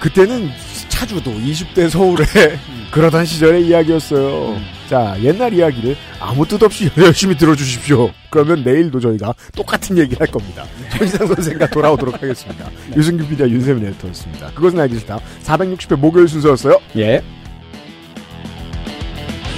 [SPEAKER 2] 그때는 차주도 20대 서울에
[SPEAKER 3] 음.
[SPEAKER 2] 그러던 시절의 이야기였어요. 자, 옛날 이야기를 아무 뜻 없이 열심히 들어주십시오. 그러면 내일도 저희가 똑같은 얘기를 할 겁니다.
[SPEAKER 3] 네.
[SPEAKER 2] 손희상 선생과 돌아오도록 하겠습니다. 유승규 PD와 윤세민 에디터였습니다. 그것은 알기 싫다. 460회 목요일 순서였어요.
[SPEAKER 14] 예.